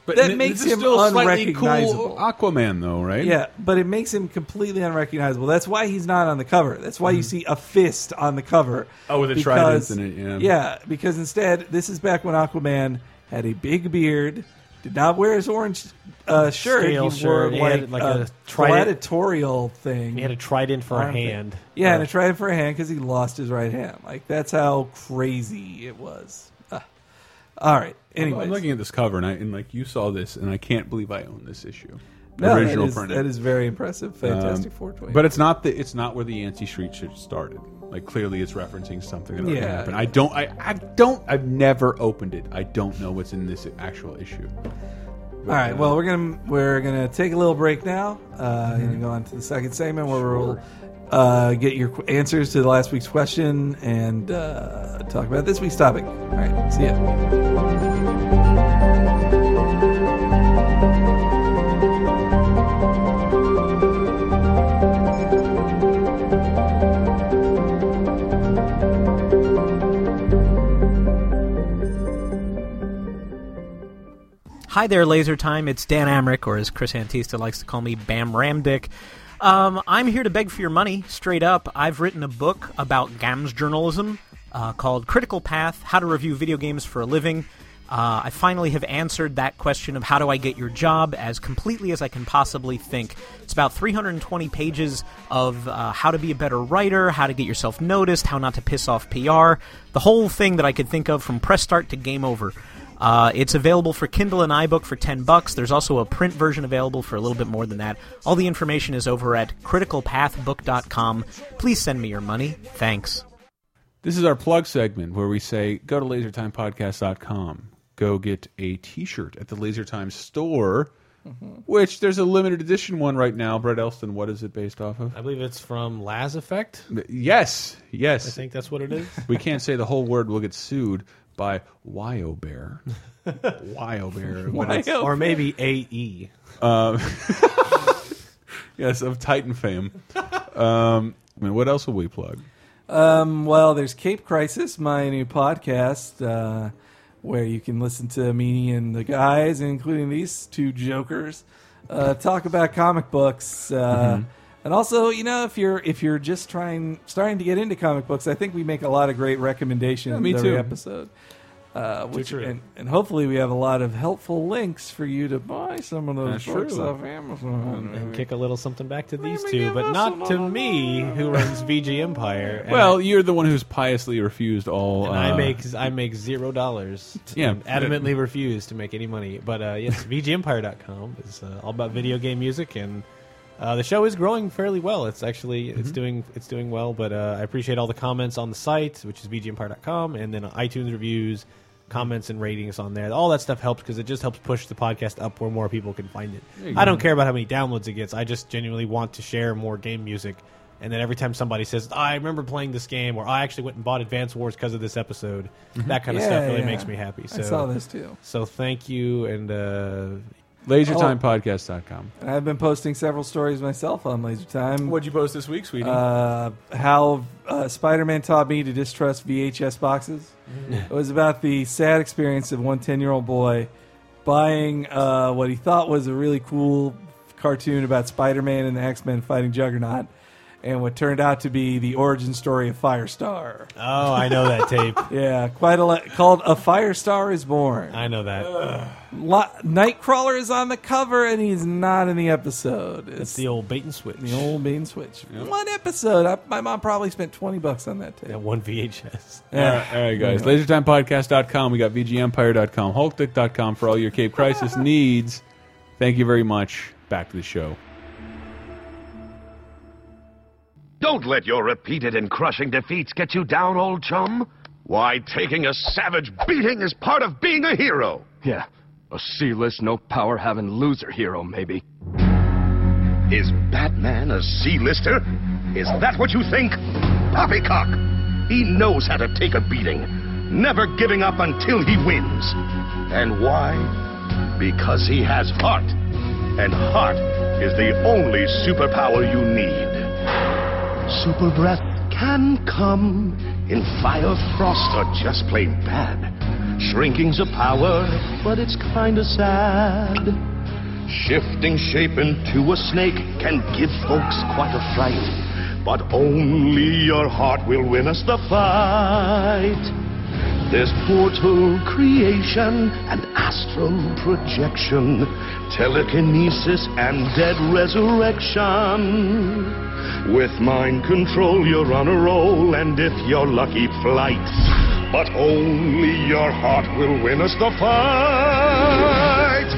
Speaker 2: but that
Speaker 1: Uh. n-
Speaker 2: makes
Speaker 1: this is
Speaker 2: him
Speaker 1: still slightly
Speaker 2: unrecognizable.
Speaker 1: cool Aquaman, though, right?
Speaker 2: Yeah, but it makes him completely unrecognizable. That's why he's not on the cover. That's why you see a fist on the cover.
Speaker 1: Mm-hmm. Oh, with a trident in it, yeah.
Speaker 2: Yeah, because instead, this is back when Aquaman had a big beard, did not wear his orange uh, shirt.
Speaker 3: Scale
Speaker 2: he wore
Speaker 3: shirt. He
Speaker 2: like,
Speaker 3: had, like,
Speaker 2: a,
Speaker 3: a trident.
Speaker 2: gladiatorial thing.
Speaker 3: He had a trident for a
Speaker 2: Arm thing.
Speaker 3: hand. Uh.
Speaker 2: Yeah, and a trident for a hand because he lost his right hand. Like that's how crazy it was. Ah. All right. Anyways,
Speaker 1: I'm looking at this cover, and I and like you saw this, and I can't believe I own this issue. The
Speaker 2: No, that
Speaker 1: original
Speaker 2: is-
Speaker 1: printing.
Speaker 2: that is very impressive.
Speaker 1: Um,
Speaker 2: Fantastic 420.
Speaker 1: But it's not the it's not where the anti street shit started. Like clearly, it's referencing something that already
Speaker 2: Yeah.
Speaker 1: happened. I don't. I, I don't. I've never opened it. I don't know what's in this actual issue.
Speaker 2: All right. Well, we're gonna we're gonna take a little break now. Uh, And go on to the second segment where we'll uh, get your qu- answers to the last week's question and uh, talk about this week's topic. All right. See ya.
Speaker 5: Hi there, Laser Time. It's Dan Amrick, or as Chris Antista likes to call me, Bam Ramdick. Um, I'm here to beg for your money, straight up. I've written a book about GAMS journalism uh, called Critical Path How to Review Video Games for a Living. Uh, I finally have answered that question of how do I get your job as completely as I can possibly think. It's about 320 pages of uh, how to be a better writer, how to get yourself noticed, how not to piss off PR, the whole thing that I could think of from press start to game over. Uh, it's available for Kindle and iBook for 10 bucks. There's also a print version available for a little bit more than that. All the information is over at criticalpathbook.com. Please send me your money. Thanks.
Speaker 1: This is our plug segment where we say go to lasertimepodcast.com. Go get a t shirt at the Lasertime store,
Speaker 3: Mm-hmm.
Speaker 1: which there's a limited edition one right now. Brett Elston, what is it based off of?
Speaker 3: I believe it's from Laz Effect.
Speaker 1: Yes,
Speaker 3: I
Speaker 1: yes.
Speaker 3: think that's what it is.
Speaker 1: We can't say the whole word, we'll get sued by Wyo Bear. Wyo Bear. but it's-
Speaker 3: or maybe E. AE.
Speaker 1: Yes, of Titan fame. Um, I mean, what else will we plug?
Speaker 2: Um, well, there's Cape Crisis, my new podcast, uh, where you can listen to me and the guys, including these two jokers, uh, talk about comic books. Uh,
Speaker 3: Mm-hmm.
Speaker 2: And also, you know, if you're if you're just trying starting to get into comic books, I think we make a lot of great recommendations
Speaker 1: Yeah, me
Speaker 2: every
Speaker 1: too.
Speaker 2: episode. Uh, which,
Speaker 3: true.
Speaker 2: and, and hopefully we have a lot of helpful links for you to buy some of those
Speaker 1: That's
Speaker 2: books
Speaker 1: true.
Speaker 2: off Amazon.
Speaker 3: And
Speaker 1: Mm.
Speaker 3: kick a little something back to these
Speaker 2: Maybe
Speaker 3: two,
Speaker 2: give
Speaker 3: but
Speaker 2: us
Speaker 3: not to
Speaker 2: another
Speaker 3: me, who runs VG Empire. and
Speaker 1: Well, you're the one who's piously refused all.
Speaker 3: And
Speaker 1: uh,
Speaker 3: I make I make zero dollars.
Speaker 1: Yeah.
Speaker 3: and adamantly refuse to make any money. But uh, yes, VGEmpire.com is uh, all about video game music, and uh, the show is growing fairly well. It's actually
Speaker 2: Mm-hmm.
Speaker 3: it's doing it's doing well. But uh, I appreciate all the comments on the site, which is VGEmpire.com, and then iTunes reviews, comments and ratings on there. All that stuff helps because it just helps push the podcast up where more people can find it. I don't care about how many downloads it gets. I just genuinely want to share more game music. And then every time somebody says, "Oh, "I remember playing this game," or "I actually went and bought Advance Wars because of this episode," that kind of stuff really makes me happy. So
Speaker 2: I saw this too.
Speaker 3: so thank you, and uh,
Speaker 1: LaserTimePodcast.com.
Speaker 2: And I've been posting several stories myself on Laser Time.
Speaker 1: you post this week, sweetie?
Speaker 2: uh, how uh, Spider-Man taught me to distrust VHS boxes.
Speaker 3: Mm-hmm.
Speaker 2: it was about the sad experience of one 10-year-old boy buying uh, what he thought was a really cool cartoon about Spider-Man and the X-Men fighting Juggernaut, and what turned out to be the origin story of Firestar.
Speaker 3: oh, I know that tape.
Speaker 2: Yeah, quite a lot. Called "A Firestar Is Born."
Speaker 3: I know that.
Speaker 2: Lo- Nightcrawler is on the cover, and he's not in the episode.
Speaker 3: It's the old bait and switch.
Speaker 2: The old main switch. One episode. I, my mom probably spent twenty bucks on that tape.
Speaker 3: that one VHS.
Speaker 1: all right,
Speaker 3: uh,
Speaker 1: all right, guys. LaserTimePodcast.com. We got VGEmpire.com, HulkDick.com for all your Cape Crisis needs. Thank you very much. Back to the show.
Speaker 6: Don't let your repeated and crushing defeats get you down, old chum. Why, taking a savage beating is part of being a hero. Yeah,
Speaker 7: A C-list, no power having loser hero, maybe.
Speaker 6: Is Batman a C-lister? Is that what you think? Poppycock! He knows how to take a beating, never giving up until he wins. And why? Because he has heart. And heart is the only superpower you need. Super breath can come in fire, frost, or just plain bad. Shrinking's a power, but it's kinda sad. Shifting shape into a snake can give folks quite a fright. But only your heart will win us the fight. There's portal creation and astral projection, telekinesis and dead resurrection. With mind control, you're on a roll, and if you're lucky, flight. But only your heart will win us the fight.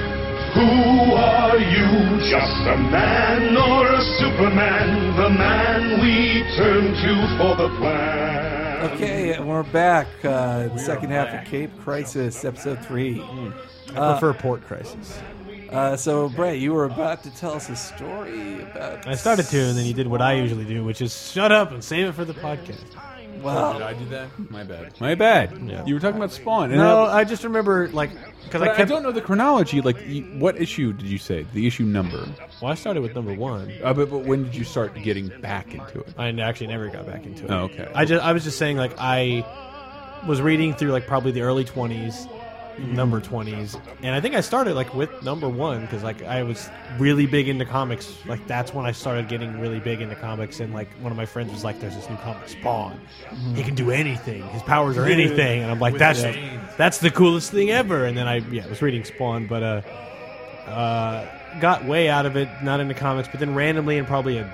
Speaker 6: Who are you? Just a man or a superman? The man we turn to for the plan.
Speaker 2: Okay, and we're back. Uh, second half of Cape Crisis, episode three.
Speaker 3: Hmm.
Speaker 8: I prefer Port Crisis.
Speaker 2: Uh, so, Brett, you were about to tell us a story about.
Speaker 3: I started to, and then you did what I usually do, which is shut up and save it for the podcast.
Speaker 1: Did
Speaker 2: Well,
Speaker 1: I do that? My bad. My bad. You were talking about Spawn. And
Speaker 3: No,
Speaker 1: I,
Speaker 3: I just remember like because
Speaker 1: but
Speaker 3: I
Speaker 1: I, I
Speaker 3: kept.
Speaker 1: don't know the chronology. Like, you, what issue did you say? The issue number.
Speaker 3: Well, I started with number one.
Speaker 1: Uh, but, but when did you start getting back into it?
Speaker 3: I actually never got back into it.
Speaker 1: Oh, okay.
Speaker 3: I just I was just saying like I was reading through like probably the early twenties, number twenties, and I think I started like with number one because like I was really big into comics. Like that's when I started getting really big into comics, and like one of my friends was like, "There's this new comic, Spawn.
Speaker 1: Mm-hmm.
Speaker 3: He can do anything. His powers are anything." And I'm like, "That's that's the coolest thing ever." And then I yeah I was reading Spawn, but uh uh, got way out of it, not into comics, but then randomly in probably a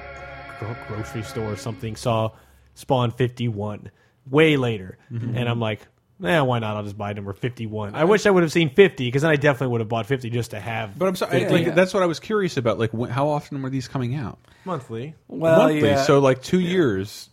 Speaker 3: gro- grocery store or something saw Spawn 51 way later.
Speaker 1: Mm-hmm.
Speaker 3: And I'm like, eh, why not? I'll just buy number 51. I wish I would have seen 50 because then I definitely would have bought 50 just to have.
Speaker 1: But I'm sorry. I- like, That's what I was curious about. Like, when, how often were these coming out?
Speaker 3: monthly.
Speaker 2: well,
Speaker 1: Monthly.
Speaker 2: yeah.
Speaker 1: So, like, two years.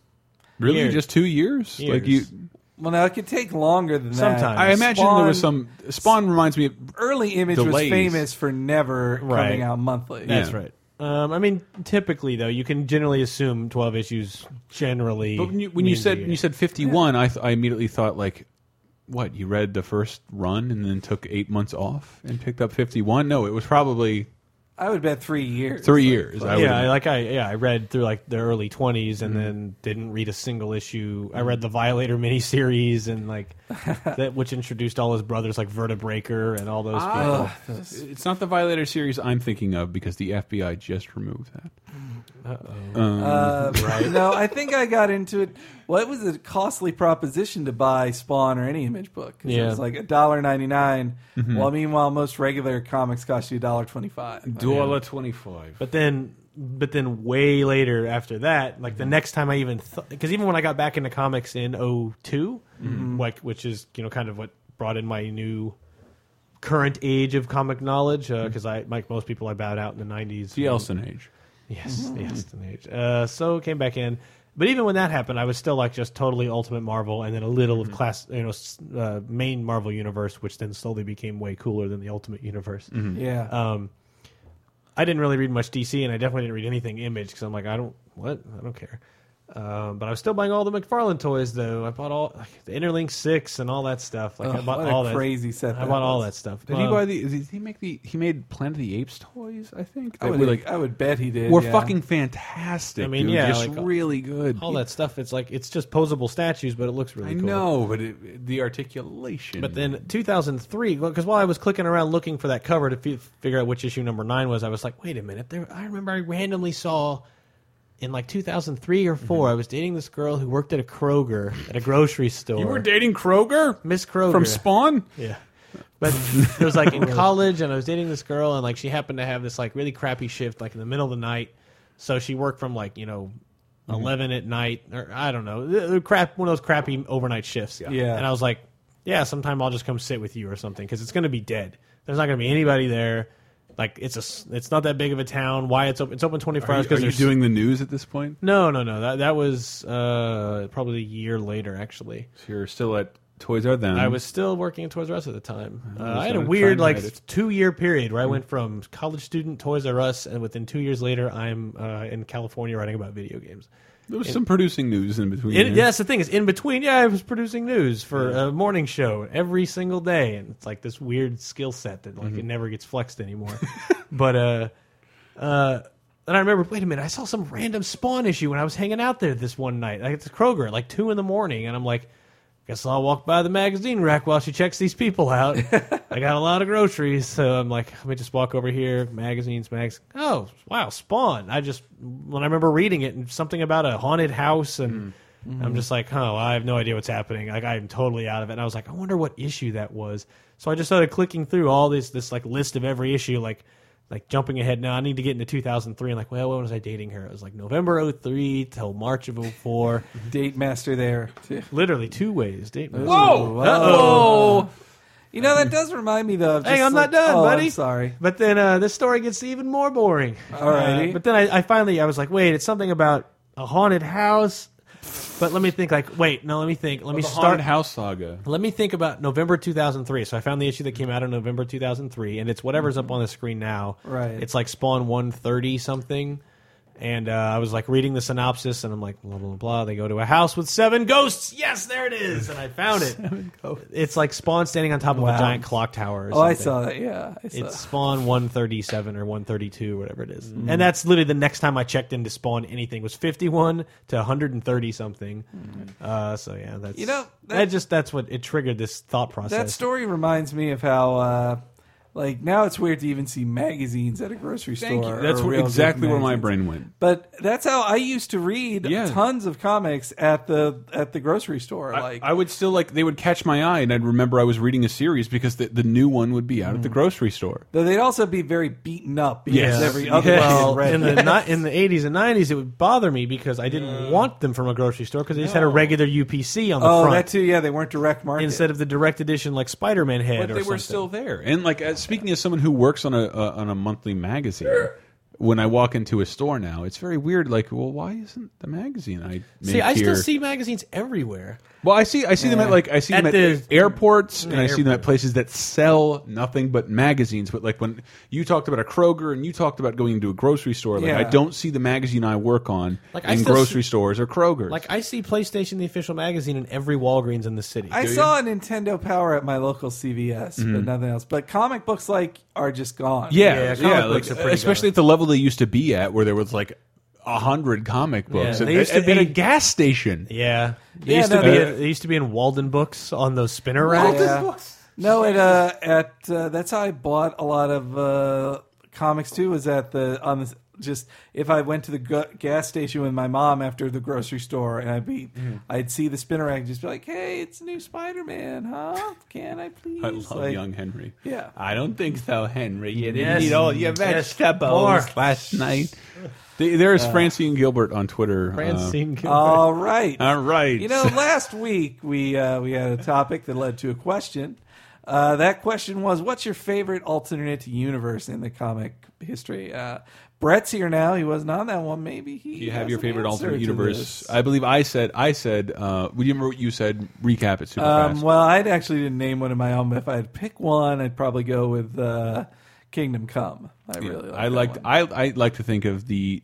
Speaker 1: Really,
Speaker 3: Years.
Speaker 1: just two years? Like you,
Speaker 3: Years.
Speaker 2: well, now it could take longer than that.
Speaker 3: Sometimes.
Speaker 1: I imagine there was
Speaker 2: Spawn-
Speaker 1: some. Spawn reminds me. of...
Speaker 2: Early Image was
Speaker 1: Delays.
Speaker 2: famous for never
Speaker 3: Right.
Speaker 2: coming out monthly.
Speaker 1: Yeah.
Speaker 3: That's right. Um, I mean, typically though, you can generally assume 12 issues generally.
Speaker 1: But when you, when you
Speaker 3: means a
Speaker 1: said
Speaker 3: year.
Speaker 1: when you said 51, I, th I immediately thought like, what? You read the first run and then took eight months off and picked up 51? No, it was probably
Speaker 2: I would bet three years.
Speaker 1: three years. I
Speaker 3: yeah,
Speaker 1: would- Mm-hmm.
Speaker 3: I- like I yeah, I read through like the early 20s and then didn't read a single issue. I read the Violator miniseries and like that which introduced all his brothers like Vertebreaker and all those
Speaker 1: Ah.
Speaker 3: people.
Speaker 1: it's not the Violator series I'm thinking of because the FBI just removed that.
Speaker 2: Uh, No, I think I got into it. Well, it was a costly proposition to buy Spawn or any Image book. 'cause It
Speaker 3: Yeah. Mm-hmm.
Speaker 2: was like a dollar ninety nine. While meanwhile, most regular comics cost you a dollar twenty five.
Speaker 1: Duala 25.
Speaker 3: But then but then way later after that, like
Speaker 1: Mm-hmm.
Speaker 3: the next time I even because even when I got back into comics in 2
Speaker 1: Mm-hmm.
Speaker 3: like which is, you know, kind of what brought in my new current age of comic knowledge
Speaker 1: Mm-hmm.
Speaker 3: because I like most people I bowed out in the 90s.
Speaker 1: The Elson age.
Speaker 3: Yes,
Speaker 1: Mm-hmm.
Speaker 3: the Aston Age. Uh, so it came back in, but even when that happened, I was still like just totally Ultimate Marvel, and then a little
Speaker 1: Mm-hmm.
Speaker 3: of class, you know, s- uh, main Marvel universe, which then slowly became way cooler than the Ultimate universe.
Speaker 1: Mm-hmm.
Speaker 2: Yeah.
Speaker 3: Um, I didn't really read much DC, and I definitely didn't read anything Image because I'm like, I don't what, I don't care. Um, but I was still buying all the McFarlane toys, though. I bought all like, the Interlink Six and all that stuff. Like I
Speaker 2: Ugh,
Speaker 3: bought
Speaker 2: what a
Speaker 3: all that
Speaker 2: crazy set
Speaker 3: I
Speaker 2: that
Speaker 3: bought all
Speaker 2: was.
Speaker 3: that stuff.
Speaker 1: Did
Speaker 3: Um,
Speaker 1: he buy the? Did he make the? He made Planet of the Apes toys. I think.
Speaker 2: I
Speaker 1: That
Speaker 2: would,
Speaker 1: were,
Speaker 2: I would bet he did.
Speaker 1: were
Speaker 2: yeah.
Speaker 1: fucking fantastic.
Speaker 3: I mean,
Speaker 1: dude.
Speaker 3: yeah,
Speaker 1: just
Speaker 3: like,
Speaker 1: really good.
Speaker 3: all that stuff? It's like it's just posable statues, but it looks really
Speaker 1: I
Speaker 3: cool.
Speaker 1: know, but it, the articulation.
Speaker 3: But then 2003, because while I was clicking around looking for that cover to fi- figure out which issue number nine was, I was like, wait a minute. There, I remember I randomly saw in like 2003 or
Speaker 1: Mm-hmm.
Speaker 3: 4, I was dating this girl who worked at a Kroger, at a grocery store.
Speaker 1: you were dating Kroger
Speaker 3: Miss Kroger.
Speaker 1: from Spawn.
Speaker 3: Yeah. But it was like in college, and I was dating this girl, and like she happened to have this like really crappy shift, like in the middle of the night. So she worked from like you know,
Speaker 1: Mm-hmm.
Speaker 3: eleven at night, or I don't know, th- th- crap, one of those crappy overnight shifts.
Speaker 2: Yeah.
Speaker 3: And I was like, yeah, sometime I'll just come sit with you or something because it's gonna be dead. There's not gonna be anybody there. Like it's a, s- it's not that big of a town. Why it's open? It's open twenty four
Speaker 1: Are
Speaker 3: hours
Speaker 1: you, are
Speaker 3: because
Speaker 1: you
Speaker 3: they're
Speaker 1: doing the news at this point?
Speaker 3: No, no, no. That that was uh, probably a year later, actually.
Speaker 1: So you're still at Toys Are Them.
Speaker 3: I was still working at Toys R Us at the time. Mm-hmm. Uh, I had a
Speaker 1: gonna
Speaker 3: weird
Speaker 1: try and
Speaker 3: like
Speaker 1: hide it.
Speaker 3: two year period where I went from college student Toys R Us, and within two years later, I'm uh, in California writing about video games.
Speaker 1: There was some producing news in between.
Speaker 3: It,
Speaker 1: there.
Speaker 3: yeah, that's the thing. Is in between. Yeah, I was producing news for a morning show every single day, and it's like this weird skill set that like it never gets flexed anymore. but uh, uh, and I remember, wait a minute, I saw some random Spawn issue when I was hanging out there this one night, like at the Kroger, like two in the morning, and I'm like, guess I'll walk by the magazine rack while she checks these people out. I got a lot of groceries, so I'm like, let me just walk over here. Magazines, mags. Oh, wow, Spawn. I just when I remember reading it and something about a haunted house and. I'm just like, huh, I have no idea what's happening. Like I'm totally out of it. And I was like, I wonder what issue that was. So I just started clicking through all this this like list of every issue, like like jumping ahead now. I need to get into 2003 and like, well, when was I dating her? It was like November 03 till March of 04.
Speaker 2: Date master there.
Speaker 3: Literally two ways. Date master.
Speaker 2: Whoa!
Speaker 3: Uh-oh.
Speaker 2: You know that does remind me though. Of
Speaker 3: Hey,
Speaker 2: just
Speaker 3: I'm
Speaker 2: like-
Speaker 3: not done,
Speaker 2: oh, I'm
Speaker 3: buddy.
Speaker 2: sorry.
Speaker 3: But then uh, this story gets even more boring.
Speaker 2: Alrighty.
Speaker 3: Uh, but then I, I finally I was like, wait, it's something about a haunted house. But let me think. Like, wait, no, let me think. Let me
Speaker 1: The
Speaker 3: start.
Speaker 1: Haunted House Saga.
Speaker 3: Let me think about November 2003. So I found the issue that came out in November 2003, and it's whatever's up on the screen now.
Speaker 2: Right.
Speaker 3: It's like Spawn 130 something. And uh, I was like reading the synopsis, and I'm like, blah, blah, blah, blah. They go to a house with seven ghosts. Yes, there it is. And I found it. It's like Spawn standing on top of
Speaker 2: Wow.
Speaker 3: a giant clock tower. Or
Speaker 2: Oh, I
Speaker 3: something.
Speaker 2: saw that. Yeah, I saw.
Speaker 3: It's Spawn 137 or 132, whatever it is.
Speaker 2: Mm-hmm.
Speaker 3: And that's literally the next time I checked into Spawn anything was 51 to 130 something. Uh, so yeah, that's
Speaker 2: Mm-hmm. You know,
Speaker 3: that,
Speaker 2: that-
Speaker 3: just that's what it triggered this thought process.
Speaker 2: That story reminds me of how, uh, like, now it's weird to even see magazines at a grocery store.
Speaker 1: That's
Speaker 2: or
Speaker 1: where-
Speaker 2: real good
Speaker 1: exactly where my
Speaker 2: magazines.
Speaker 1: brain went.
Speaker 2: But that's how I used to read
Speaker 1: Yeah.
Speaker 2: tons of comics at the at the grocery store.
Speaker 1: I-
Speaker 2: like,
Speaker 1: I would still like they would catch my eye, and I'd remember I was reading a series because the, the new one would be out
Speaker 3: Mm-hmm.
Speaker 1: at the grocery store.
Speaker 2: though they'd also be very beaten up because
Speaker 1: Yes.
Speaker 2: every other
Speaker 1: Yes.
Speaker 3: well,
Speaker 2: magazine
Speaker 3: in
Speaker 2: read.
Speaker 3: the ni- in the 80s and 90s, it would bother me because I didn't want them from a grocery store because they just had a regular UPC on the
Speaker 2: oh,
Speaker 3: front
Speaker 2: that too. Yeah, they weren't direct market
Speaker 3: instead of the direct edition like Spider-Man head
Speaker 1: But
Speaker 3: or
Speaker 1: they were
Speaker 3: something.
Speaker 1: still there. And like as, speaking as someone who works on a uh, on a monthly magazine, when I walk into a store now, it's very weird. Like, well, why isn't the magazine I make
Speaker 3: See, I
Speaker 1: here-
Speaker 3: still see magazines everywhere.
Speaker 1: Well, I see. I see them at like I see
Speaker 3: At
Speaker 1: them at
Speaker 3: the-
Speaker 1: airports, and I see them at
Speaker 3: airport.
Speaker 1: places that sell nothing but magazines. But like when you talked about a Kroger and you talked about going into a grocery store, like
Speaker 2: Yeah.
Speaker 1: I don't see the magazine I work on
Speaker 3: Like, I
Speaker 1: in
Speaker 3: still
Speaker 1: grocery
Speaker 3: see-
Speaker 1: stores or Kroger.
Speaker 3: Like I see PlayStation the official magazine in every Walgreens in the city.
Speaker 2: I saw a Nintendo Power at my local CVS, but nothing else. But comic books like are just gone.
Speaker 1: yeah, yeah,
Speaker 3: Mm-hmm. Yeah, comic
Speaker 1: like,
Speaker 3: books are pretty
Speaker 1: especially at the level they used to be at, where there was like a hundred comic books.
Speaker 3: they
Speaker 1: At-
Speaker 3: used to
Speaker 1: at- at a
Speaker 3: be-
Speaker 1: gas station.
Speaker 3: Yeah, they
Speaker 2: Yeah,
Speaker 3: used
Speaker 2: no,
Speaker 3: to be.
Speaker 2: they-
Speaker 3: They, used to be in Walden Books on those spinner racks.
Speaker 2: Yeah. No, at uh, at uh, that's how I bought a lot of uh, comics too. Was at the on the just if I went to the gu- gas station with my mom after the grocery store, and I'd be
Speaker 1: Mm-hmm.
Speaker 2: I'd see the spinner rack, and just be like, "Hey, it's a new Spider Man, huh? Can I please?"
Speaker 1: I love
Speaker 2: Like,
Speaker 1: young Henry.
Speaker 2: Yeah.
Speaker 1: I don't think so, Henry. You didn't
Speaker 3: Yes.
Speaker 1: eat all your
Speaker 3: Yes,
Speaker 1: vegetables
Speaker 3: more.
Speaker 1: last night. They- There's Francine Gilbert on Twitter. uh,
Speaker 3: Francine Gilbert.
Speaker 2: All right,
Speaker 1: all right.
Speaker 2: You know, last week we uh, we had a topic that led to a question. Uh, that question was, "What's your favorite alternate universe in the comic history?" Uh, Brett's here now. He wasn't on that one. Maybe he.
Speaker 1: Do you have
Speaker 2: has
Speaker 1: your
Speaker 2: an
Speaker 1: favorite
Speaker 2: answer
Speaker 1: alternate
Speaker 2: to
Speaker 1: universe?
Speaker 2: this.
Speaker 1: I believe I said I said. Uh, do you remember what you said? Recap it super
Speaker 2: Um,
Speaker 1: fast.
Speaker 2: well, I actually didn't name one of my own. But if I had to pick one, I'd probably go with uh, Kingdom Come. I really. Like
Speaker 1: I
Speaker 2: that
Speaker 1: liked.
Speaker 2: one.
Speaker 1: I I like to think of the.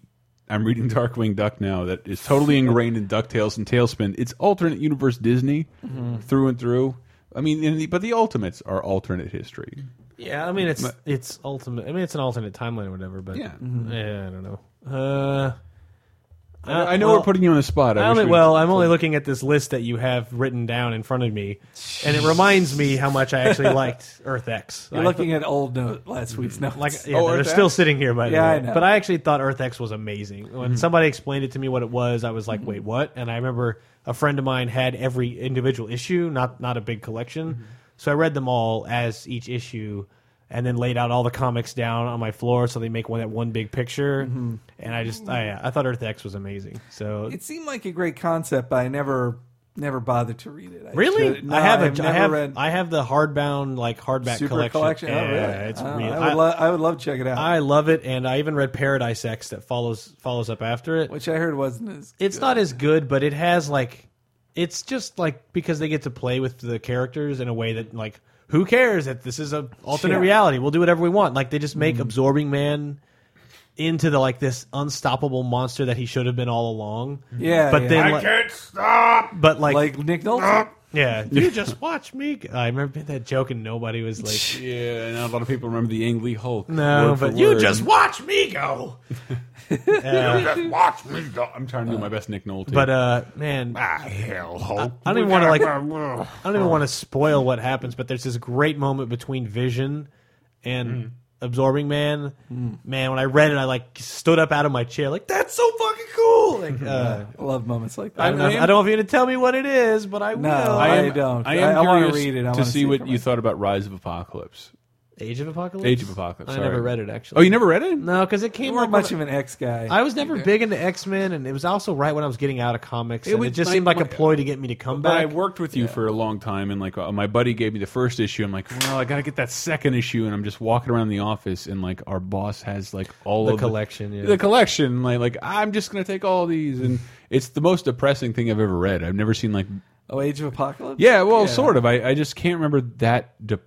Speaker 1: I'm reading Darkwing Duck now. That is totally ingrained in Ducktales and Tailspin. It's alternate universe Disney
Speaker 2: Mm-hmm.
Speaker 1: through and through. I mean, in the, but the Ultimates are alternate history.
Speaker 2: Mm-hmm.
Speaker 3: yeah, I mean it's it's ultimate. I mean it's an alternate timeline or whatever. But Mm-hmm.
Speaker 1: Yeah.
Speaker 2: Mm-hmm.
Speaker 3: yeah I don't know. Uh,
Speaker 1: I,
Speaker 2: Uh,
Speaker 1: I know we're putting you on the spot. I
Speaker 3: I
Speaker 1: wish
Speaker 3: only,
Speaker 1: we-
Speaker 3: well, I'm only looking at this list that you have written down in front of me, and it reminds me how much I actually liked Earth X.
Speaker 2: You're
Speaker 3: I
Speaker 2: looking at old note last week's notes.
Speaker 3: Like yeah,
Speaker 1: Oh,
Speaker 3: they're
Speaker 1: Earth
Speaker 3: still
Speaker 1: X?
Speaker 3: sitting here, by the
Speaker 2: Yeah,
Speaker 3: way.
Speaker 2: I know. Mm-hmm.
Speaker 3: But I actually thought Earth X was amazing. When somebody explained it to me what it was, I was like, "Wait, what?" And I remember a friend of mine had every individual issue, not not a big collection.
Speaker 2: Mm-hmm.
Speaker 3: So I read them all as each issue, and then laid out all the comics down on my floor so they make one that one big picture.
Speaker 2: Mm-hmm.
Speaker 3: And I just I I thought Earth X was amazing. So
Speaker 2: it seemed like a great concept, but I never never bothered to read it. I
Speaker 3: Really?
Speaker 2: should- no,
Speaker 3: I have
Speaker 2: I've
Speaker 3: a, I
Speaker 2: never
Speaker 3: have
Speaker 2: read
Speaker 3: I have the hardbound like hardback
Speaker 2: Super
Speaker 3: collection.
Speaker 2: collection.
Speaker 3: Yeah,
Speaker 2: Oh, really?
Speaker 3: it's
Speaker 2: Oh,
Speaker 3: real.
Speaker 2: I would,
Speaker 3: I,
Speaker 2: lo- I would love to check it out.
Speaker 3: I love it, and I even read Paradise X that follows follows up after it.
Speaker 2: which I heard wasn't as
Speaker 3: it's not as good, but it has like It's just like because they get to play with the characters in a way that like who cares that this is a alternate
Speaker 2: Yeah.
Speaker 3: reality? We'll do whatever we want. Like they just make absorbing man into the like this unstoppable monster that he should have been all along.
Speaker 2: Yeah,
Speaker 3: but
Speaker 2: yeah.
Speaker 3: then
Speaker 2: I
Speaker 3: like, can't stop. But like,
Speaker 2: like Nick Nolte.
Speaker 3: yeah, you just watch me. go- I remember that joke and nobody was like,
Speaker 1: Yeah, not a lot of people remember the Ang Lee Hulk.
Speaker 3: no,
Speaker 1: word for
Speaker 3: but you
Speaker 1: word.
Speaker 3: just watch me go.
Speaker 1: watch me. go. I'm trying to Ah, do my best, Nick Nolte.
Speaker 3: But uh, man,
Speaker 1: hell, Hulk.
Speaker 3: I don't even want to like. I don't even want to spoil what happens, but there's this great moment between Vision and
Speaker 1: Hmm.
Speaker 3: Absorbing Man. Man, when I read it, I like stood up out of my chair, like that's so fucking cool. Like, uh,
Speaker 2: I love moments like that.
Speaker 3: I, don't know,
Speaker 1: I am-
Speaker 3: I don't know if you're gonna tell me what it is, but I will.
Speaker 2: No, I don't.
Speaker 1: I, am
Speaker 2: I- I wanna
Speaker 1: curious
Speaker 2: read it. I
Speaker 1: to
Speaker 2: wanna
Speaker 1: see
Speaker 2: see it
Speaker 1: what
Speaker 2: for
Speaker 1: you thought about Rise of Apocalypse.
Speaker 3: Age of Apocalypse.
Speaker 1: Age of Apocalypse,
Speaker 3: I
Speaker 1: sorry.
Speaker 3: never read it actually.
Speaker 1: Oh, you never read it?
Speaker 3: No, because it came
Speaker 2: You weren't
Speaker 3: like,
Speaker 2: much
Speaker 3: when
Speaker 2: of an X guy.
Speaker 3: I I was never big into X Men, and it was also right when I was getting out of comics. and It,
Speaker 1: was
Speaker 3: just
Speaker 1: like-
Speaker 3: seemed like a
Speaker 1: like-
Speaker 3: ploy to get me to come
Speaker 1: But I
Speaker 3: back.
Speaker 1: worked with you for a long time, and like uh, my buddy gave me the first issue. I'm like, well, I gotta get that second issue, and I'm just walking around the office, and like our boss has like all
Speaker 3: The
Speaker 1: of
Speaker 3: collection, yeah.
Speaker 1: the collection. Like, like I'm just gonna take all these, and it's the most depressing thing I've ever read. I've never seen like,
Speaker 2: oh, Age of Apocalypse.
Speaker 1: yeah, well, sort of. I, I just can't remember that de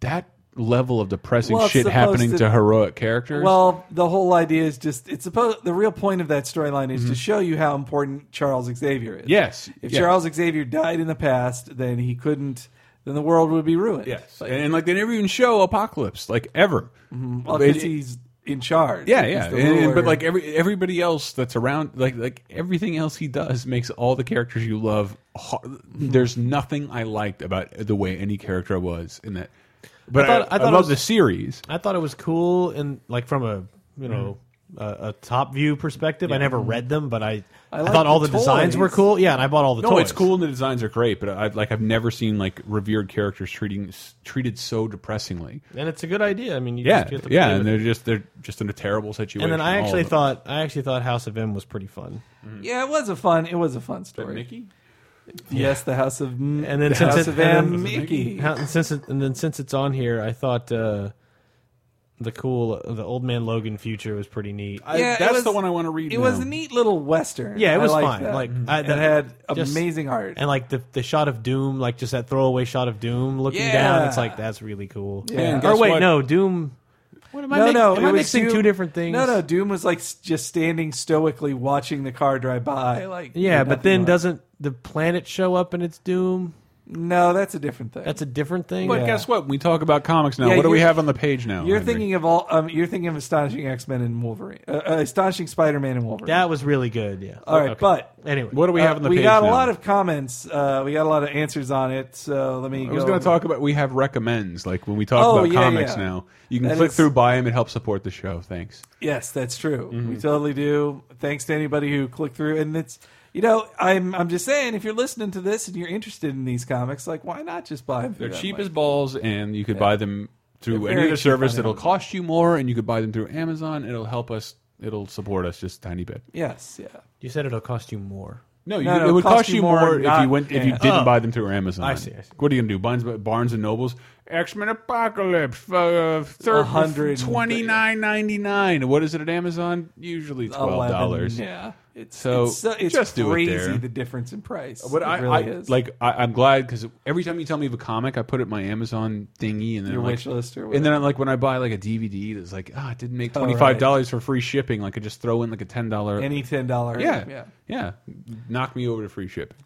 Speaker 1: that level of depressing
Speaker 2: Well, it's
Speaker 1: shit happening to,
Speaker 2: supposed to-
Speaker 1: heroic characters.
Speaker 2: Well, the whole idea is just it's supposed the real point of that storyline
Speaker 3: Mm-hmm.
Speaker 2: is to show you how important Charles Xavier is.
Speaker 1: yes,
Speaker 2: If
Speaker 1: yes.
Speaker 2: Charles Xavier died in the past, then he couldn't then the world would be ruined.
Speaker 1: Yes, and, and, like they never even show apocalypse, like ever.
Speaker 2: Well,
Speaker 1: It-
Speaker 2: 'cause he's in charge.
Speaker 1: Yeah,
Speaker 2: He's
Speaker 1: yeah,
Speaker 2: the
Speaker 1: and, and-
Speaker 2: ruler.
Speaker 1: but like every everybody else that's around, like like everything else he does makes all the characters you love. ho- There's nothing I liked about the way any character was in that. But I,
Speaker 3: thought- I
Speaker 1: I,
Speaker 3: thought it
Speaker 1: love
Speaker 3: was-
Speaker 1: the series.
Speaker 3: I thought it was cool and like from a you know a, a top view perspective. I never read them, but I I,
Speaker 2: like
Speaker 3: thought all the,
Speaker 2: the
Speaker 3: designs
Speaker 2: toys.
Speaker 3: were cool. Yeah, and I bought all the
Speaker 1: No,
Speaker 3: toys.
Speaker 1: it's cool and the designs are great, but I like I've never seen like revered characters treating treated so depressingly.
Speaker 3: and it's a good idea. I mean, you
Speaker 1: Yeah,
Speaker 3: just get to
Speaker 1: yeah,
Speaker 3: play
Speaker 1: and
Speaker 3: with
Speaker 1: they're
Speaker 3: it.
Speaker 1: just they're just in a terrible situation.
Speaker 3: And then I
Speaker 1: all
Speaker 3: actually
Speaker 1: of them.
Speaker 3: thought I actually thought House of M was pretty fun.
Speaker 2: yeah, it was a fun. It was a fun story.
Speaker 1: Mickey.
Speaker 2: Yes, the House of M-
Speaker 3: And then
Speaker 2: the
Speaker 3: since
Speaker 2: House
Speaker 3: it-
Speaker 2: of M-
Speaker 3: and then-
Speaker 2: Mickey.
Speaker 3: How- And since it, and then since it's on here, I thought uh, the cool the old man Logan future was pretty neat.
Speaker 1: I-
Speaker 2: Yeah, it
Speaker 1: that's
Speaker 2: was-
Speaker 1: the one I want to read.
Speaker 2: It was
Speaker 1: now.
Speaker 2: a neat little western.
Speaker 3: Yeah, it
Speaker 2: I
Speaker 3: was
Speaker 2: liked
Speaker 3: fine.
Speaker 2: That. Mm-hmm.
Speaker 3: Like, I-
Speaker 2: And
Speaker 3: that-
Speaker 2: it had
Speaker 3: just-
Speaker 2: amazing art.
Speaker 3: and like the the shot of Doom, like just that throwaway shot of Doom looking
Speaker 2: Yeah.
Speaker 3: down. It's like that's really cool.
Speaker 1: And
Speaker 3: Or
Speaker 1: guess
Speaker 3: wait,
Speaker 1: what?
Speaker 3: no, Doom. What am I?
Speaker 2: no,
Speaker 3: mix-
Speaker 2: no,
Speaker 3: am
Speaker 2: it
Speaker 3: I
Speaker 2: was
Speaker 3: mixing
Speaker 2: Doom-
Speaker 3: two different things?
Speaker 2: No, no, Doom was like s- just standing stoically watching the car drive by. Like,
Speaker 3: Yeah,
Speaker 2: did
Speaker 3: but
Speaker 2: nothing
Speaker 3: then
Speaker 2: much.
Speaker 3: doesn't the planet show up and it's Doom?
Speaker 2: no, that's a different thing.
Speaker 3: That's a different thing.
Speaker 1: But guess what? We talk about comics now.
Speaker 2: Yeah,
Speaker 1: what do we
Speaker 2: you're-
Speaker 1: have on the page now?
Speaker 2: you're
Speaker 1: Henry?
Speaker 2: thinking of all. Um, you're thinking of astonishing X Men and Wolverine, uh, uh, astonishing Spider Man and Wolverine.
Speaker 3: that was really good. Yeah.
Speaker 2: all right,
Speaker 3: Okay.
Speaker 2: but
Speaker 3: anyway,
Speaker 1: What do we have
Speaker 2: uh,
Speaker 1: on the
Speaker 2: we
Speaker 1: page?
Speaker 2: got a
Speaker 1: now?
Speaker 2: lot of comments. Uh, we got a lot of answers on it. So let me.
Speaker 1: I was
Speaker 2: go
Speaker 1: going to talk about we have recommends like when we talk
Speaker 2: Oh,
Speaker 1: about
Speaker 2: yeah,
Speaker 1: comics
Speaker 2: yeah.
Speaker 1: now. You can
Speaker 2: That
Speaker 1: click
Speaker 2: is-
Speaker 1: through buy them it helps support the show. Thanks.
Speaker 2: Yes, that's true. We
Speaker 1: Mm-hmm.
Speaker 2: totally do. Thanks to anybody who clicked through, and it's you know I'm I'm just saying if you're listening to this and you're interested in these comics, like why not just buy them?
Speaker 1: They're
Speaker 2: through that
Speaker 1: cheap
Speaker 2: way?
Speaker 1: as balls, and you could buy them through
Speaker 2: They're
Speaker 1: any
Speaker 2: very
Speaker 1: other
Speaker 2: cheap
Speaker 1: service
Speaker 2: on
Speaker 1: that'll
Speaker 2: Amazon.
Speaker 1: cost you more, and you could buy them through Amazon. It'll help us. It'll support us just a tiny bit.
Speaker 2: yes, yeah.
Speaker 3: you said it'll cost you more.
Speaker 1: No, you,
Speaker 2: No, no,
Speaker 1: it would cost, you more, if
Speaker 2: not- Oh.
Speaker 1: you went if you
Speaker 2: yeah.
Speaker 1: didn't buy them through Amazon.
Speaker 3: I see, I see.
Speaker 1: What are you gonna do? Barnes, Barnes and Nobles, X Men Apocalypse, uh,
Speaker 2: hundred and-
Speaker 1: twenty nine ninety nine. What is it at Amazon? Usually twelve dollars.
Speaker 2: Yeah, it's
Speaker 1: So,
Speaker 2: it's, so- it's
Speaker 1: just do it
Speaker 2: crazy
Speaker 1: there.
Speaker 2: the difference in price.
Speaker 1: But
Speaker 2: it
Speaker 1: I,
Speaker 2: really
Speaker 1: I
Speaker 2: is
Speaker 1: like I, I'm glad because every time you tell me of a comic, I put it in my Amazon thingy, and then
Speaker 2: your
Speaker 1: I'm like,
Speaker 2: wish list or
Speaker 1: and
Speaker 2: whatever.
Speaker 1: then I'm like when I buy like a DVD that's like ah, it didn't make twenty five dollars for free shipping, like I just throw in like a ten dollar.
Speaker 2: any ten dollar.
Speaker 1: yeah,
Speaker 2: yeah.
Speaker 1: yeah, knock me over to free shipping.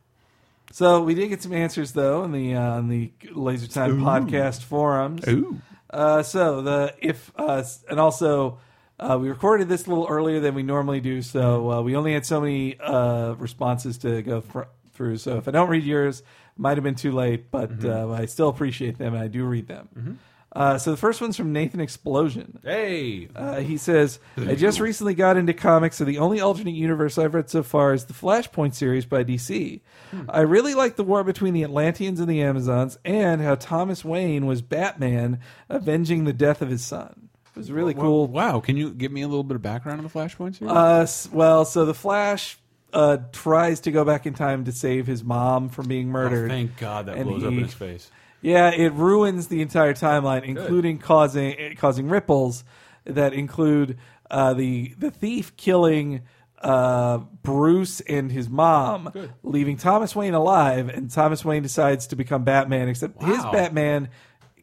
Speaker 2: So we did get some answers though on the uh, on the Laser Time podcast forums.
Speaker 1: Ooh,
Speaker 2: Uh, so the if uh, s- and also uh, we recorded this a little earlier than we normally do, so uh, we only had so many uh, responses to go fr- through. So if I don't read yours, might have been too late, but uh, I still appreciate them and I do read them. Uh, so the first one's from Nathan Explosion.
Speaker 1: hey, Oh,
Speaker 2: Uh, he says, I just recently got into comics, so the only alternate universe I've read so far is the Flashpoint series by DC. I really like the war between the Atlanteans and the Amazons and how Thomas Wayne was Batman avenging the death of his son. It was really cool.
Speaker 1: wow! Can you give me a little bit of background on the Flashpoint series?
Speaker 2: Uh, s- well, so the Flash uh, tries to go back in time to save his mom from being murdered.
Speaker 1: Oh, Thank God that
Speaker 2: and
Speaker 1: blows up in
Speaker 2: he-
Speaker 1: his face.
Speaker 2: Yeah, it ruins the entire timeline, including causing eh, causing ripples that include uh, the the thief killing uh, Bruce and his mom, leaving Thomas Wayne alive. And Thomas Wayne decides to become Batman, except his
Speaker 1: Wow.
Speaker 2: Batman